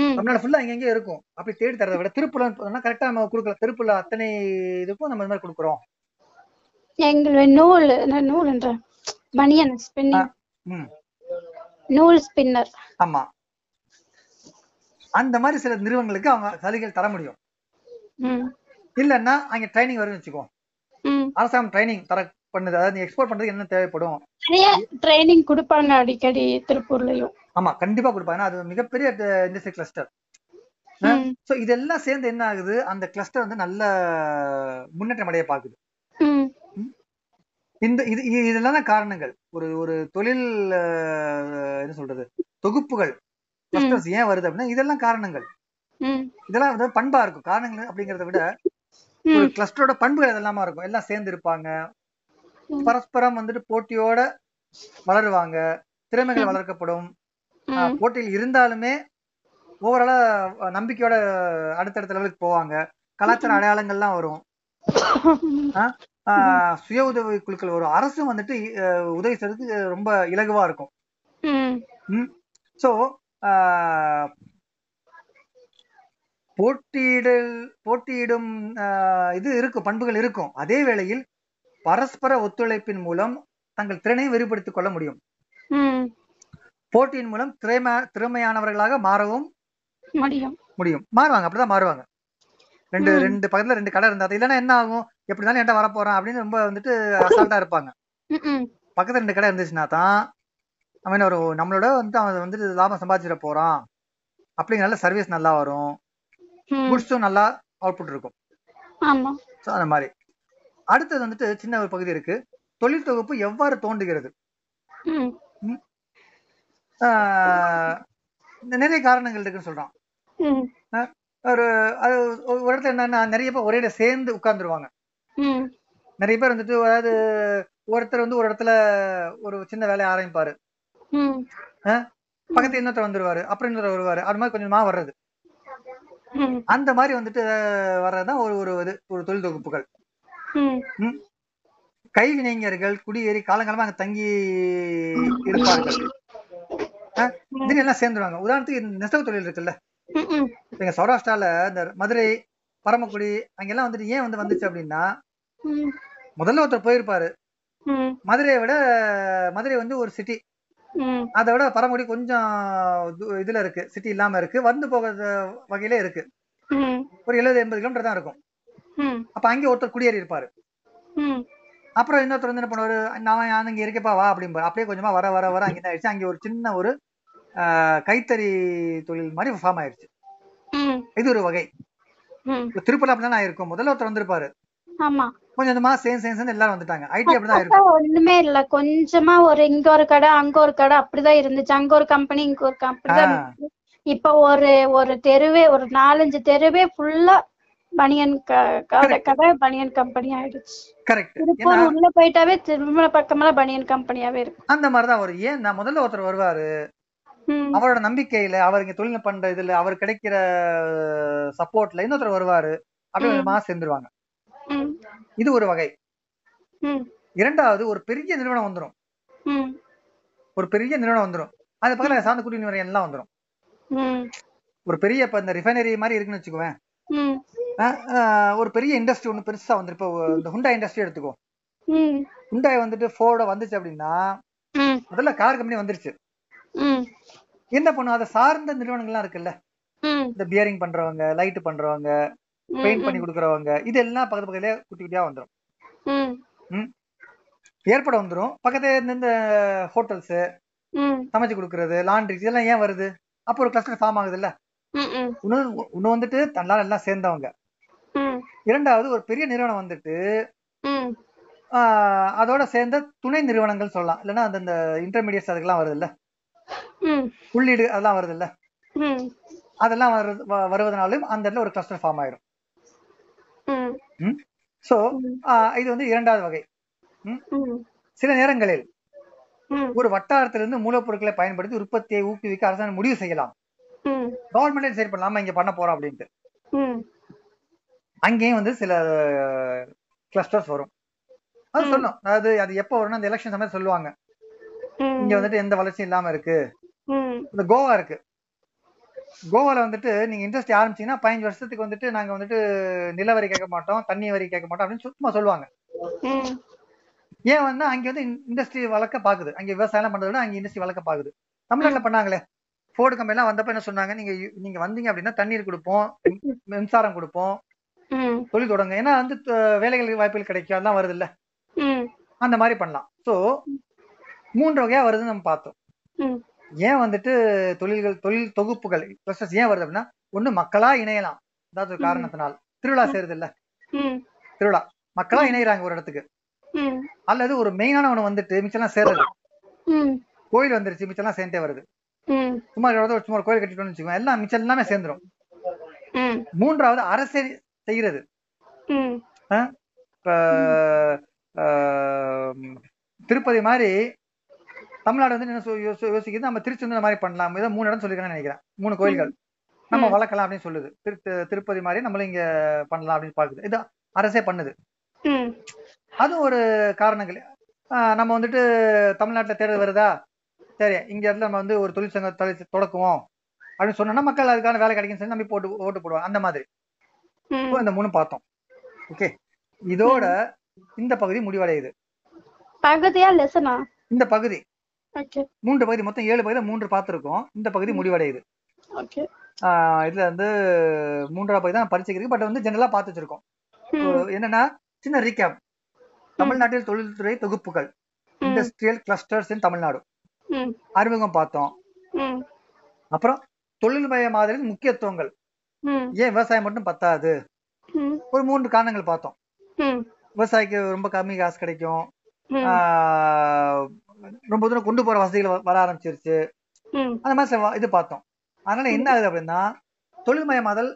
[SPEAKER 2] ம்
[SPEAKER 1] தமிழ்நாடு ஃபுல்லா எங்கெங்கே இருக்கும் அப்படி தேடி தரதை விட திருப்பூர்ல கரெக்டா நம்ம கொடுக்கலாம் திருப்பூர்ல அத்தனை இதுக்கும் நம்ம இந்த மாதிரி கொடுக்குறோம்
[SPEAKER 2] எங்களுடைய நூல் என்ன நூல்ன்ற பனியன் ஸ்பின்னிங்
[SPEAKER 1] ம்.
[SPEAKER 2] நூல் ஸ்பின்னர்
[SPEAKER 1] ஆமா அந்த மாதிரி சில நிறுவனங்களுக்கு அவங்க சலுகைகள் தர முடியும்
[SPEAKER 2] ம்
[SPEAKER 1] இல்லைன்னா அங்க ட்ரைனிங் வரும்னு வச்சுக்கோ
[SPEAKER 2] ம்
[SPEAKER 1] அரசாங்கம் ட்ரைனிங் தர பண்ணுது அதாவது நீ எக்ஸ்போர்ட் பண்றதுக்கு என்ன தேவைப்படும்
[SPEAKER 2] நிறைய ட்ரைனிங் கொடுப்பாங்க அடிக்கடி திருப்பூர்லயும்
[SPEAKER 1] ஆமா கண்டிப்பா கொடுப்பாங்க அது மிகப்பெரிய இண்டஸ்ட்ரி கிளஸ்டர்
[SPEAKER 2] ம்
[SPEAKER 1] சோ இதெல்லாம் சேர்ந்து என்ன ஆகுது அந்த கிளஸ்டர் வந்து நல்ல முன்னேற்றம் அடைய பாக்குது
[SPEAKER 2] ம்
[SPEAKER 1] இந்த இது இது- இதெல்லாம் தான் காரணங்கள் ஒரு ஒரு தொழில் அஹ், என்ன சொல்றது தொகுப்புகள் கிளஸ்டர்ஸ் ஏன் வருது அப்படின்னா இதெல்லாம் காரணங்கள்
[SPEAKER 2] ம்
[SPEAKER 1] இதெல்லாம் வந்து பண்பா இருக்கும் காரணங்கள் அப்படிங்கறத விட ஒரு
[SPEAKER 2] ம்
[SPEAKER 1] கிளஸ்டரோட பண்புகள் இதெல்லாமா இருக்கும் எல்லாம் சேர்ந்து இருப்பாங்க
[SPEAKER 2] ம்.
[SPEAKER 1] பரஸ்பரம் வந்துட்டு போட்டியோட வளருவாங்க திறமைகள் வளர்க்கப்படும் ஆஹ்,
[SPEAKER 2] ம்
[SPEAKER 1] போட்டியில் இருந்தாலுமே ஓவராலா நம்பிக்கையோட அடுத்தடுத்த லெவலுக்கு போவாங்க கலாச்சார அடையாளங்கள்லாம் வரும் ஆஹ், சுய உதவி குழுக்கள் வரும் அரசும் வந்துட்டு ஆஹ், உதவி செய்யறதுக்கு ரொம்ப இலகுவா இருக்கும்
[SPEAKER 2] ம்
[SPEAKER 1] ஸோ uh, போட்டியிடல் போட்டியிடும் ஆஹ், இது இருக்கும் பண்புகள் இருக்கும் அதே வேளையில் பரஸ்பர ஒத்துழைப்பின் மூலம் தங்கள் திறனை வெளிப்படுத்திக் கொள்ள முடியும்
[SPEAKER 2] ம்
[SPEAKER 1] போட்டியின் மூலம் திறமை திறமையானவர்களாக மாறவும்
[SPEAKER 2] முடியும்
[SPEAKER 1] முடியும் மாறுவாங்க அப்படிதான் மாறுவாங்க ரெண்டு
[SPEAKER 2] ம்.
[SPEAKER 1] ரெண்டு பக்கத்துல ரெண்டு கடை இருந்தா இல்லைன்னா என்ன ஆகும் எப்படினாலும் என்கிட்ட வரப்போறான் அப்படின்னு ரொம்ப வந்துட்டு அசால்ட்டா இருப்பாங்க
[SPEAKER 2] ம் ம்
[SPEAKER 1] பக்கத்துல ரெண்டு கடை இருந்துச்சுன்னா தான் அவன் என்ன ஒரு நம்மளோட வந்து அவன் வந்துட்டு லாபம் சம்பாதிச்சிட போறான் அப்படிங்கிறனால சர்வீஸ் நல்லா வரும்
[SPEAKER 2] ம்
[SPEAKER 1] குட்ஸும் நல்லா அவுட்புட் இருக்கும்
[SPEAKER 2] ஆமா
[SPEAKER 1] ஸோ அந்த மாதிரி அடுத்தது வந்துட்டு சின்ன ஒரு பகுதி இருக்கு தொழில் தொகுப்பு எவ்வாறு தோன்றுகிறது
[SPEAKER 2] ம்
[SPEAKER 1] ஆஹ் நிறைய காரணங்கள் இருக்குன்னு சொல்றான்
[SPEAKER 2] ம்
[SPEAKER 1] ஒரு அது ஒரு ஒரு இடத்துல என்னன்னா நிறைய பேர் ஒரே இடம் சேர்ந்து உட்கார்ந்துருவாங்க
[SPEAKER 2] ம்
[SPEAKER 1] நிறைய பேர் வந்துட்டு அதாவது ஒருத்தர் வந்து ஒரு இடத்துல ஒரு சின்ன வேலையை ஆரம்பிப்பாரு
[SPEAKER 2] ம்
[SPEAKER 1] பக்கத்துல இன்னொருத்தர் வந்துருவாரு அப்புறம் இன்னொருத்தர் வருவாரு அது மாதிரி கொஞ்சமா வர்றது
[SPEAKER 2] ம்
[SPEAKER 1] அந்த மாதிரி வந்துட்டு ஆஹ் வர்றதுதான் ஒரு ஒரு இது ஒரு தொழில் தொகுப்புகள்
[SPEAKER 2] ம்
[SPEAKER 1] கைவினைஞர்கள் குடியேறி காலங்காலமா அங்க தங்கி இருப்பார்கள் திடீர்னு எல்லாம் சேர்ந்துருவாங்க உதாரணத்துக்கு இந்த நெசவு தொழில் இருக்குல்ல
[SPEAKER 2] ம் ம்
[SPEAKER 1] இப்ப எங்க சௌராஷ்டிரால இந்த மதுரை பரமக்குடி அங்கெல்லாம் வந்துட்டு ஏன் வந்து வந்துச்சு அப்படின்னா
[SPEAKER 2] ம்
[SPEAKER 1] முதல்ல ஒருத்தர் போயிருப்பாரு
[SPEAKER 2] ம்,
[SPEAKER 1] மதுரையை விட மதுரை வந்து ஒரு சிட்டி
[SPEAKER 2] ம்,
[SPEAKER 1] அதை விட பரமக்குடி கொஞ்சம் து- இதுல இருக்கு சிட்டி இல்லாம இருக்கு வந்து போக வகையில இருக்கு
[SPEAKER 2] ம்,
[SPEAKER 1] ஒரு எழுபது எண்பது கிலோமீட்டர் தான் இருக்கும்
[SPEAKER 2] ம்,
[SPEAKER 1] அப்ப அங்கே ஒருத்தர் குடியேறி இருப்பாரு
[SPEAKER 2] ம்,
[SPEAKER 1] அப்புறம் இன்னொருத்தர் வந்து என்ன பண்ணுவாரு நான் நான் இங்க இருக்கேப்பா வா அப்படிம்பாரு அப்படியே கொஞ்சமா வர வர வர அங்கே என்ன ஆயிடுச்சு அங்கே ஒரு சின்ன ஒரு ஆஹ், கைத்தறி தொழில் மாதிரி ஃபார்ம் ஆயிடுச்சு
[SPEAKER 2] ம்,
[SPEAKER 1] இது ஒரு வகை
[SPEAKER 2] ம்.
[SPEAKER 1] இப்ப திருப்பூர்ல அப்படிதான் நான் இருக்கும் முதல்ல ஒருத்தர் வந்திருப்பாரு
[SPEAKER 2] ஆமா
[SPEAKER 1] கொஞ்சம் கொஞ்சமா சேம் சேம் எல்லாரும் வந்துட்டாங்க ஐடி அப்படிதான்
[SPEAKER 2] அப்ப
[SPEAKER 1] இருக்கும்
[SPEAKER 2] ஒண்ணுமே இல்ல கொஞ்சமா ஒரு இங்க ஒரு கடை அங்க ஒரு கடை அப்படிதான் இருந்துச்சு அங்க ஒரு கம்பெனி இங்க ஒரு கம்பெனி தான்
[SPEAKER 1] ஆஹ்,
[SPEAKER 2] இப்ப ஒரு ஒரு தெருவே ஒரு நாலஞ்சு தெருவே ஃபுல்லா பனியன் க- கடை கடை பனியன் கம்பெனி ஆயிடுச்சு
[SPEAKER 1] correct ஏன்னா
[SPEAKER 2] திருப்பூர் உள்ள போயிட்டாவே திருமலை பக்கமெல்லாம் பனியன் கம்பெனியாவே இருக்கும்
[SPEAKER 1] அந்த மாதிரிதான் வரும் ஏன் நான் முதல்ல ஒருத்தர் வருவாரு
[SPEAKER 2] ம்,
[SPEAKER 1] அவரோட நம்பிக்கையில அவர் இங்க தொழில் பண்ற இதுல அவர் கிடைக்கிற சப்போர்ட்ல இன்னொருத்தர் வருவாரு அப்படி
[SPEAKER 2] ம்.
[SPEAKER 1] கொஞ்சமா சேர்ந்துருவாங்க
[SPEAKER 2] ம்,
[SPEAKER 1] இது ஒரு வகை
[SPEAKER 2] ம்,
[SPEAKER 1] இரண்டாவது ஒரு பெரிய நிறுவனம் வந்துரும்
[SPEAKER 2] ம்,
[SPEAKER 1] ஒரு பெரிய நிறுவனம் வந்துரும் அது பக்கத்துல சார்ந்த குடி நிறுவனம் எல்லாம் வந்துரும்
[SPEAKER 2] ம்,
[SPEAKER 1] ஒரு பெரிய இப்ப இந்த ரிஃபைனரி மாதிரி இருக்குன்னு வச்சுக்குவேன்
[SPEAKER 2] ம்,
[SPEAKER 1] அஹ் அஹ் ஒரு பெரிய இண்டஸ்ட்ரி ஒண்ணு பெருசா வந்துரும் இப்போ இந்த ஹுண்டாய் இண்டஸ்ட்ரி எடுத்துக்கோ
[SPEAKER 2] ம்,
[SPEAKER 1] ஹுண்டாய் வந்துட்டு ஃபோர்ட வந்துச்சு அப்படின்னா
[SPEAKER 2] ம்,
[SPEAKER 1] முதல்ல கார் கம்பெனி வந்துருச்சு
[SPEAKER 2] ம்,
[SPEAKER 1] என்ன பண்ணும் அதை சார்ந்த நிறுவனங்கள்லாம் இருக்குல்ல
[SPEAKER 2] ம்,
[SPEAKER 1] இந்த பியரிங் பண்றவங்க லைட் பண்றவங்க பெயிண்ட் பண்ணி
[SPEAKER 2] ம்,
[SPEAKER 1] கொடுக்கறவங்க இதெல்லாம் பக்கத்து பக்கத்துலயே குட்டி குட்டியா வந்துரும்
[SPEAKER 2] ம்,
[SPEAKER 1] ஏற்பட வந்துரும் பக்கத்துல இருந்து இந்த ஹோட்டல்ஸ்
[SPEAKER 2] ம்,
[SPEAKER 1] சமைச்சு கொடுக்கறது லாண்ட்ரி இதெல்லாம் ஏன் வருது அப்போ ஒரு கிளஸ்டர் ஃபார்ம் ஆகுதுல்ல
[SPEAKER 2] ம், ம்,
[SPEAKER 1] இன்னும் இன்னும் வந்துட்டு தன்னால எல்லாம் சேர்ந்தவங்க
[SPEAKER 2] ம்,
[SPEAKER 1] இரண்டாவது ஒரு பெரிய நிறுவனம் வந்துட்டு
[SPEAKER 2] ம்,
[SPEAKER 1] ஆஹ், அதோட சேர்ந்த துணை நிறுவனங்கள் சொல்லலாம் இல்லைன்னா அந்த இந்த இன்டர்மீடியட்ஸ் அதுக்கெல்லாம் வருதுல்ல
[SPEAKER 2] ம்,
[SPEAKER 1] உள்ளீடு அதெல்லாம் வருதுல்ல
[SPEAKER 2] ம்,
[SPEAKER 1] அதெல்லாம் வருது வ- வருவதனாலும் அந்த இடத்துல ஒரு கிளஸ்டர் ஃபார்ம் ஆயிரும்
[SPEAKER 2] ம்,
[SPEAKER 1] ஸோ
[SPEAKER 2] ம்.
[SPEAKER 1] இது வந்து இரண்டாவது வகை
[SPEAKER 2] ம்,
[SPEAKER 1] சில நேரங்களில்
[SPEAKER 2] ம்,
[SPEAKER 1] ஒரு வட்டாரத்திலிருந்து மூலப்பொருட்களை பயன்படுத்தி உற்பத்தியை ஊக்குவிக்க அரசாங்கம் முடிவு செய்யலாம்
[SPEAKER 2] ம்,
[SPEAKER 1] கவர்மெண்டே டிசைட் பண்ணலாமா இங்க பண்ண போறோம் அப்படின்ட்டு
[SPEAKER 2] ம்,
[SPEAKER 1] அங்கேயும் வந்து சில கிளஸ்டர்ஸ் வரும் அது
[SPEAKER 2] ம்.
[SPEAKER 1] சொல்லும் அதாவது அது எப்போ வரும்னா அந்த எலெக்ஷன் சமயம் சொல்லுவாங்க இங்க
[SPEAKER 2] ம்,
[SPEAKER 1] வந்துட்டு எந்த வளர்ச்சியும் இல்லாம இருக்கு
[SPEAKER 2] ம்,
[SPEAKER 1] இந்த கோவா இருக்கு கோவால வந்துட்டு நீங்க இண்டஸ்ட்ரி ஆரம்பிச்சீங்கன்னா பதினஞ்சு வருஷத்துக்கு வந்துட்டு நாங்க வந்துட்டு நில வரி கேட்க மாட்டோம் தண்ணி வரி கேட்க மாட்டோம் அப்படின்னு சுத்தமா சொல்லுவாங்க
[SPEAKER 2] ம்,
[SPEAKER 1] ஏன் வந்து அங்க வந்து இண்டஸ்ட்ரி வளர்க்க பாக்குது அங்க விவசாயம் பண்றத விட அங்க இண்டஸ்ட்ரி வளர்க்க பாக்குது தமிழ்நாட்டுல பண்ணாங்களே ஃபோர்டு கம்பெனி எல்லாம் வந்தப்ப என்ன சொன்னாங்க நீங்க நீங்க வந்தீங்க அப்படின்னா தண்ணீர் கொடுப்போம் மின்- மின்சாரம் கொடுப்போம்
[SPEAKER 2] ம்,
[SPEAKER 1] தொழில் தொடங்க ஏன்னா வந்து அஹ், வேலைகள் வாய்ப்புகள் கிடைக்கும் அதெல்லாம் வருது
[SPEAKER 2] ம்,
[SPEAKER 1] அந்த மாதிரி பண்ணலாம் ஸோ மூன்று வகையா வருதுன்னு நம்ம பார்த்தோம்
[SPEAKER 2] ம்,
[SPEAKER 1] ஏன் வந்துட்டு தொழில்கள் தொழில் தொகுப்புகள் கிளஸ்டர்ஸ் ஏன் வருது அப்படின்னா ஒண்ணு மக்களா இணையலாம் ஏதாவது ஒரு
[SPEAKER 2] ம்.
[SPEAKER 1] காரணத்தினால் திருவிழா சேருது இல்ல
[SPEAKER 2] ம்,
[SPEAKER 1] திருவிழா மக்களா இணையறாங்க ஒரு இடத்துக்கு
[SPEAKER 2] ம்,
[SPEAKER 1] அல்லது ஒரு மெயினான ஒண்ணு வந்துட்டு மிச்சம்லாம் சேருது
[SPEAKER 2] ம்,
[SPEAKER 1] கோயில் வந்துருச்சு மிச்சம்லாம் சேர்ந்தே வருது
[SPEAKER 2] ம்,
[SPEAKER 1] சும்மா ஒரு இடத்துல ஒரு சும்மா ஒரு கோயில் கட்டிட்டோம்னு வச்சுக்கோங்க எல்லாம் மிச்சம் எல்லாமே சேர்ந்துரும்
[SPEAKER 2] ம்,
[SPEAKER 1] மூன்றாவது அரசே செய்கிறது
[SPEAKER 2] ம்,
[SPEAKER 1] இப்ப ஆஹ், திருப்பதி மாதிரி தமிழ்நாடு வந்து என்ன சொ- யோசி- யோசிக்குது நம்ம திருச்சி வந்து இந்த மாதிரி பண்ணலாம் இதை மூணு இடம் சொல்லிருக்காங்கன்னு நினைக்கிறேன் மூணு கோயில்கள் நம்ம
[SPEAKER 2] ம்.
[SPEAKER 1] வளர்க்கலாம் அப்படின்னு சொல்லுது திரு தி- திருப்பதி மாதிரி நம்மளும் இங்க பண்ணலாம் அப்படின்னு பாக்குது இது அரசே பண்ணுது
[SPEAKER 2] ம்,
[SPEAKER 1] அதுவும் ஒரு காரணங்கள் ஆஹ், நம்ம வந்துட்டு தமிழ்நாட்டுல தேர்தல் வருதா சரி இங்க இடத்துல நம்ம வந்து ஒரு தொழிற்சங்கம் தொலை- தொடக்குவோம் அப்படின்னு சொன்னோம்னா மக்கள் அதுக்கான வேலை கிடைக்கும்னு சொல்லி நம்ம போட்டு ஓட்டு போடுவோம் அந்த மாதிரி
[SPEAKER 2] ம்,
[SPEAKER 1] இப்போ இந்த மூணு பார்த்தோம் ஓகே இதோட இந்த பகுதி முடிவடையுது
[SPEAKER 2] பகுதியா லெசனா
[SPEAKER 1] இந்த பகுதி
[SPEAKER 2] ஓகே
[SPEAKER 1] மூன்று பகுதி மொத்தம் ஏழு பகுதி மூன்று பார்த்துருக்கோம் இந்த பகுதி முடிவடையுது
[SPEAKER 2] ஓகே
[SPEAKER 1] ஆஹ் இதுல வந்து மூன்றாவது பகுதி தான் பரீட்சைக்கு இருக்கு பட் வந்து ஜெனரலா பார்த்து வச்சிருக்கோம்
[SPEAKER 2] ம்,
[SPEAKER 1] என்னன்னா சின்ன ரீகேப் தமிழ்நாட்டில் தொழில்துறை தொகுப்புகள்
[SPEAKER 2] ம்,
[SPEAKER 1] இண்டஸ்ட்ரியல் கிளஸ்டர்ஸ் இன் தமிழ்நாடு
[SPEAKER 2] ம்,
[SPEAKER 1] அறிமுகம் பார்த்தோம்
[SPEAKER 2] ம்,
[SPEAKER 1] அப்புறம் தொழில்மய மாதிரியின் முக்கியத்துவங்கள்
[SPEAKER 2] ம்,
[SPEAKER 1] ஏன் விவசாயம் மட்டும் பத்தாது
[SPEAKER 2] ம்,
[SPEAKER 1] ஒரு மூன்று காரணங்கள் பார்த்தோம்
[SPEAKER 2] ம்,
[SPEAKER 1] விவசாயிக்கு ரொம்ப கம்மி காசு கிடைக்கும்
[SPEAKER 2] ம்,
[SPEAKER 1] ஆஹ் ரொம்ப தூரம் கொண்டு போற வசதிகள் வ- வர ஆரம்பிச்சிருச்சு
[SPEAKER 2] ம்,
[SPEAKER 1] அந்த மாதிரி சில வா- இது பார்த்தோம் அதனால என்ன ஆகுது அப்படின்னா தொழில்மயமாதல்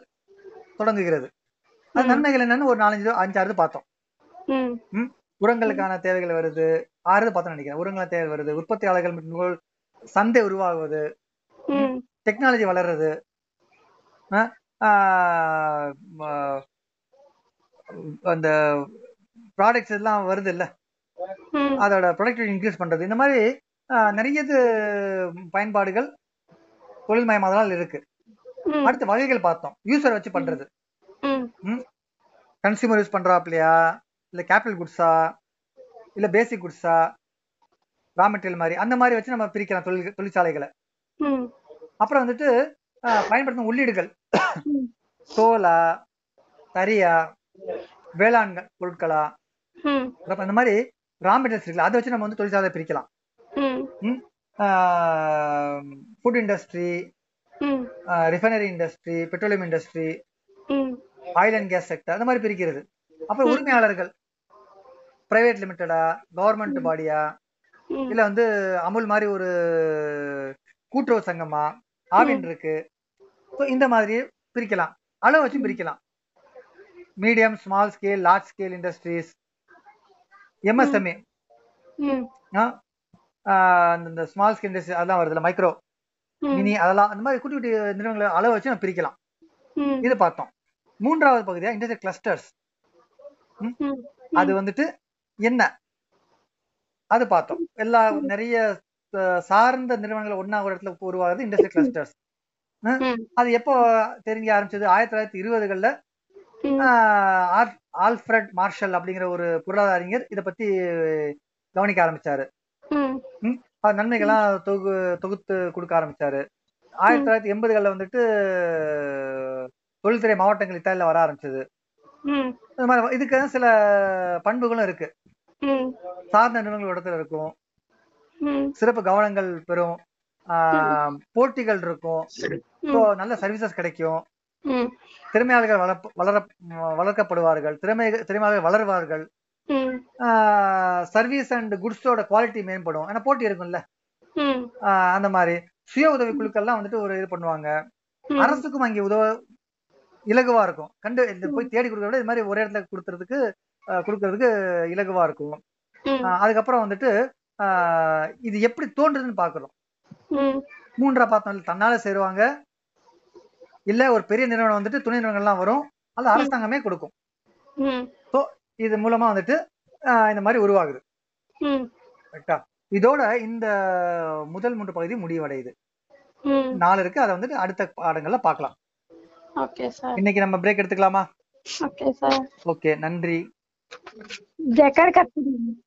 [SPEAKER 1] தொடங்குகிறது அது
[SPEAKER 2] ம்.
[SPEAKER 1] நன்மைகள் என்னன்னு ஒரு நாலஞ்சு அஞ்சாறு பார்த்தோம்
[SPEAKER 2] ம்,
[SPEAKER 1] உரங்களுக்கான தேவைகள் வருது ஆறு பார்த்தோம் நினைக்கிறேன் உரங்கள் தேவை வருது உற்பத்தியாளர்கள் மற்றும் நுகர்வோர் சந்தை உருவாகுவது
[SPEAKER 2] ம்,
[SPEAKER 1] டெக்னாலஜி வளர்றது அஹ் ஆஹ் ஆஹ் அந்த ப்ராடக்ட்ஸ் எல்லாம் வருது இல்ல
[SPEAKER 2] ம்,
[SPEAKER 1] அதோட ப்ரொடக்டிவிட்டி இன்க்ரீஸ் பண்றது இந்த மாதிரி ஆஹ் நிறைய இது பயன்பாடுகள் தொழில்மயமாதலால் இருக்கு
[SPEAKER 2] ம்,
[SPEAKER 1] அடுத்து வகைகள் பார்த்தோம் யூசர் வச்சு பண்றது
[SPEAKER 2] ம்,
[SPEAKER 1] கன்சியூமர் யூஸ் பண்றாப்லையா இல்ல கேபிட்டல் குட்ஸா இல்ல பேசிக் குட்ஸா ரா மெட்டீரியல் மாதிரி அந்த மாதிரி வச்சு நம்ம பிரிக்கலாம் தொழில் தொழிற்சாலைகளை
[SPEAKER 2] ம்
[SPEAKER 1] அப்புறம் வந்துட்டு அஹ், பயன்படுத்தும் உள்ளீடுகள்
[SPEAKER 2] ம்.
[SPEAKER 1] தோலா தரியா வேளாண் பொருட்களா
[SPEAKER 2] ம்
[SPEAKER 1] அப்ப இந்த மாதிரி ரா மெட்டீரியல்ஸ் இருக்குல்ல அதை வச்சு நம்ம வந்து தொழிற்சாலை பிரிக்கலாம்
[SPEAKER 2] ம்
[SPEAKER 1] ஃபுட் இண்டஸ்ட்ரி
[SPEAKER 2] ம்
[SPEAKER 1] ரிஃபைனரி இண்டஸ்ட்ரி பெட்ரோலியம் இண்டஸ்ட்ரி
[SPEAKER 2] ம்
[SPEAKER 1] ஆயில் அண்ட் கேஸ் செக்டர் அந்த மாதிரி பிரிக்கிறது அப்புறம் உரிமையாளர்கள் பிரைவேட் லிமிட்டடா கவர்மெண்ட் பாடியா
[SPEAKER 2] ம்
[SPEAKER 1] இல்ல வந்து அமுல் மாதிரி ஒரு கூட்டுறவு சங்கமா ஆவின் இருக்கு ஸோ இந்த மாதிரி பிரிக்கலாம் அளவு வச்சு பிரிக்கலாம் medium small scale large scale industries MSMA
[SPEAKER 2] ம்
[SPEAKER 1] இந்த ஸ்மால் ஸ்கேல் இண்டஸ்ட்ரி அதெல்லாம் வருதுல்ல மைக்ரோ
[SPEAKER 2] ம்
[SPEAKER 1] மினி அதெல்லாம் அந்த மாதிரி குட்டி குட்டி நிறுவனங்களை அளவு வச்சு நம்ம பிரிக்கலாம்
[SPEAKER 2] ம்
[SPEAKER 1] இது பார்த்தோம் மூன்றாவது பகுதியா இண்டஸ்ட்ரியல் கிளஸ்டர்ஸ்
[SPEAKER 2] ம்
[SPEAKER 1] அது வந்துட்டு என்ன அது பார்த்தோம் எல்லா நிறைய அஹ், சார்ந்த நிறுவனங்கள் ஒண்ணா ஒரு இடத்துல உருவாகுது இண்டஸ்ட்ரியல் கிளஸ்டர்ஸ்
[SPEAKER 2] ம்
[SPEAKER 1] அது எப்போ தெரிஞ்ச ஆரம்பிச்சது ஆயிரத்தி தொள்ளாயிரத்தி இருபதுகள்ல
[SPEAKER 2] ம்.
[SPEAKER 1] ஆல்ஃபிரட் மார்ஷல் அப்படிங்கிற ஒரு பொருளாதார அறிஞர் இதை பத்தி கவனிக்க ஆரம்பிச்சாரு
[SPEAKER 2] ம்
[SPEAKER 1] அவர் நன்மைகள்லாம் தொகு தொகுத்து கொடுக்க ஆரம்பிச்சாரு ஆயிரத்தி தொள்ளாயிரத்தி எண்பதுகள்ல வந்துட்டு தொழில்துறை மாவட்டங்கள் இத்தாலியில வர ஆரம்பிச்சது
[SPEAKER 2] ம்
[SPEAKER 1] இந்த மாதிரி இதுக்கு சில பண்புகளும் இருக்கு
[SPEAKER 2] ம்
[SPEAKER 1] சார்ந்த நிறுவனங்கள் ஒரு இடத்துல இருக்கும்
[SPEAKER 2] ம்
[SPEAKER 1] சிறப்பு கவனங்கள் பெறும் ஆஹ், போட்டிகள் இருக்கும் So, நல்ல சர்வீசஸ் கிடைக்கும்
[SPEAKER 2] ம்
[SPEAKER 1] திறமையாளர்கள் வளர்ப்ப- வளர ம், வளர்க்கப்படுவார்கள் திறமை திறமையாளர்கள் வளருவார்கள்
[SPEAKER 2] ம்
[SPEAKER 1] சர்வீஸ் அண்ட் குட்ஸோட குவாலிட்டி மேம்படும் ஏன்னா போட்டி இருக்கும்ல
[SPEAKER 2] ம்
[SPEAKER 1] ஆஹ், அந்த மாதிரி சுய உதவி குழுக்கள்லாம் வந்துட்டு ஒரு இது பண்ணுவாங்க
[SPEAKER 2] ம்.
[SPEAKER 1] அரசுக்கும் அங்கே உதவ இலகுவா இருக்கும் கண்டு இந்த போய் தேடி கொடுக்கறத விட இது மாதிரி ஒரே இடத்துல கொடுக்கறதுக்கு ஆஹ், கொடுக்கறதுக்கு இலகுவா இருக்கும்
[SPEAKER 2] ம்
[SPEAKER 1] ஆஹ், அதுக்கப்புறம் வந்துட்டு ஆஹ், இது எப்படி தோன்றுதுன்னு பார்க்கணும்
[SPEAKER 2] ம்
[SPEAKER 1] மூன்றா பார்த்தோம் தன்னால சேருவாங்க இல்ல ஒரு பெரிய நிறுவனம் வந்துட்டு துணை நிறுவனங்கள்லாம் வரும் அது அரசாங்கமே கொடுக்கும்
[SPEAKER 2] ம்
[SPEAKER 1] இது மூலமா வந்துட்டு ஆஹ், இந்த மாதிரி உருவாகுது
[SPEAKER 2] ம்
[SPEAKER 1] கரெக்டா இதோட இந்த முதல் மூன்று பகுதி முடிவடையுது
[SPEAKER 2] ம்
[SPEAKER 1] நாலு இருக்கு அதை வந்துட்டு அடுத்த பாடங்கள்ல பார்க்கலாம்
[SPEAKER 2] ஓகே சார்
[SPEAKER 1] இன்னைக்கு நம்ம பிரேக் எடுத்துக்கலாமா
[SPEAKER 2] ஓகே சார்
[SPEAKER 1] ஓகே நன்றி
[SPEAKER 2] ஜக்கர் கட்டுங்க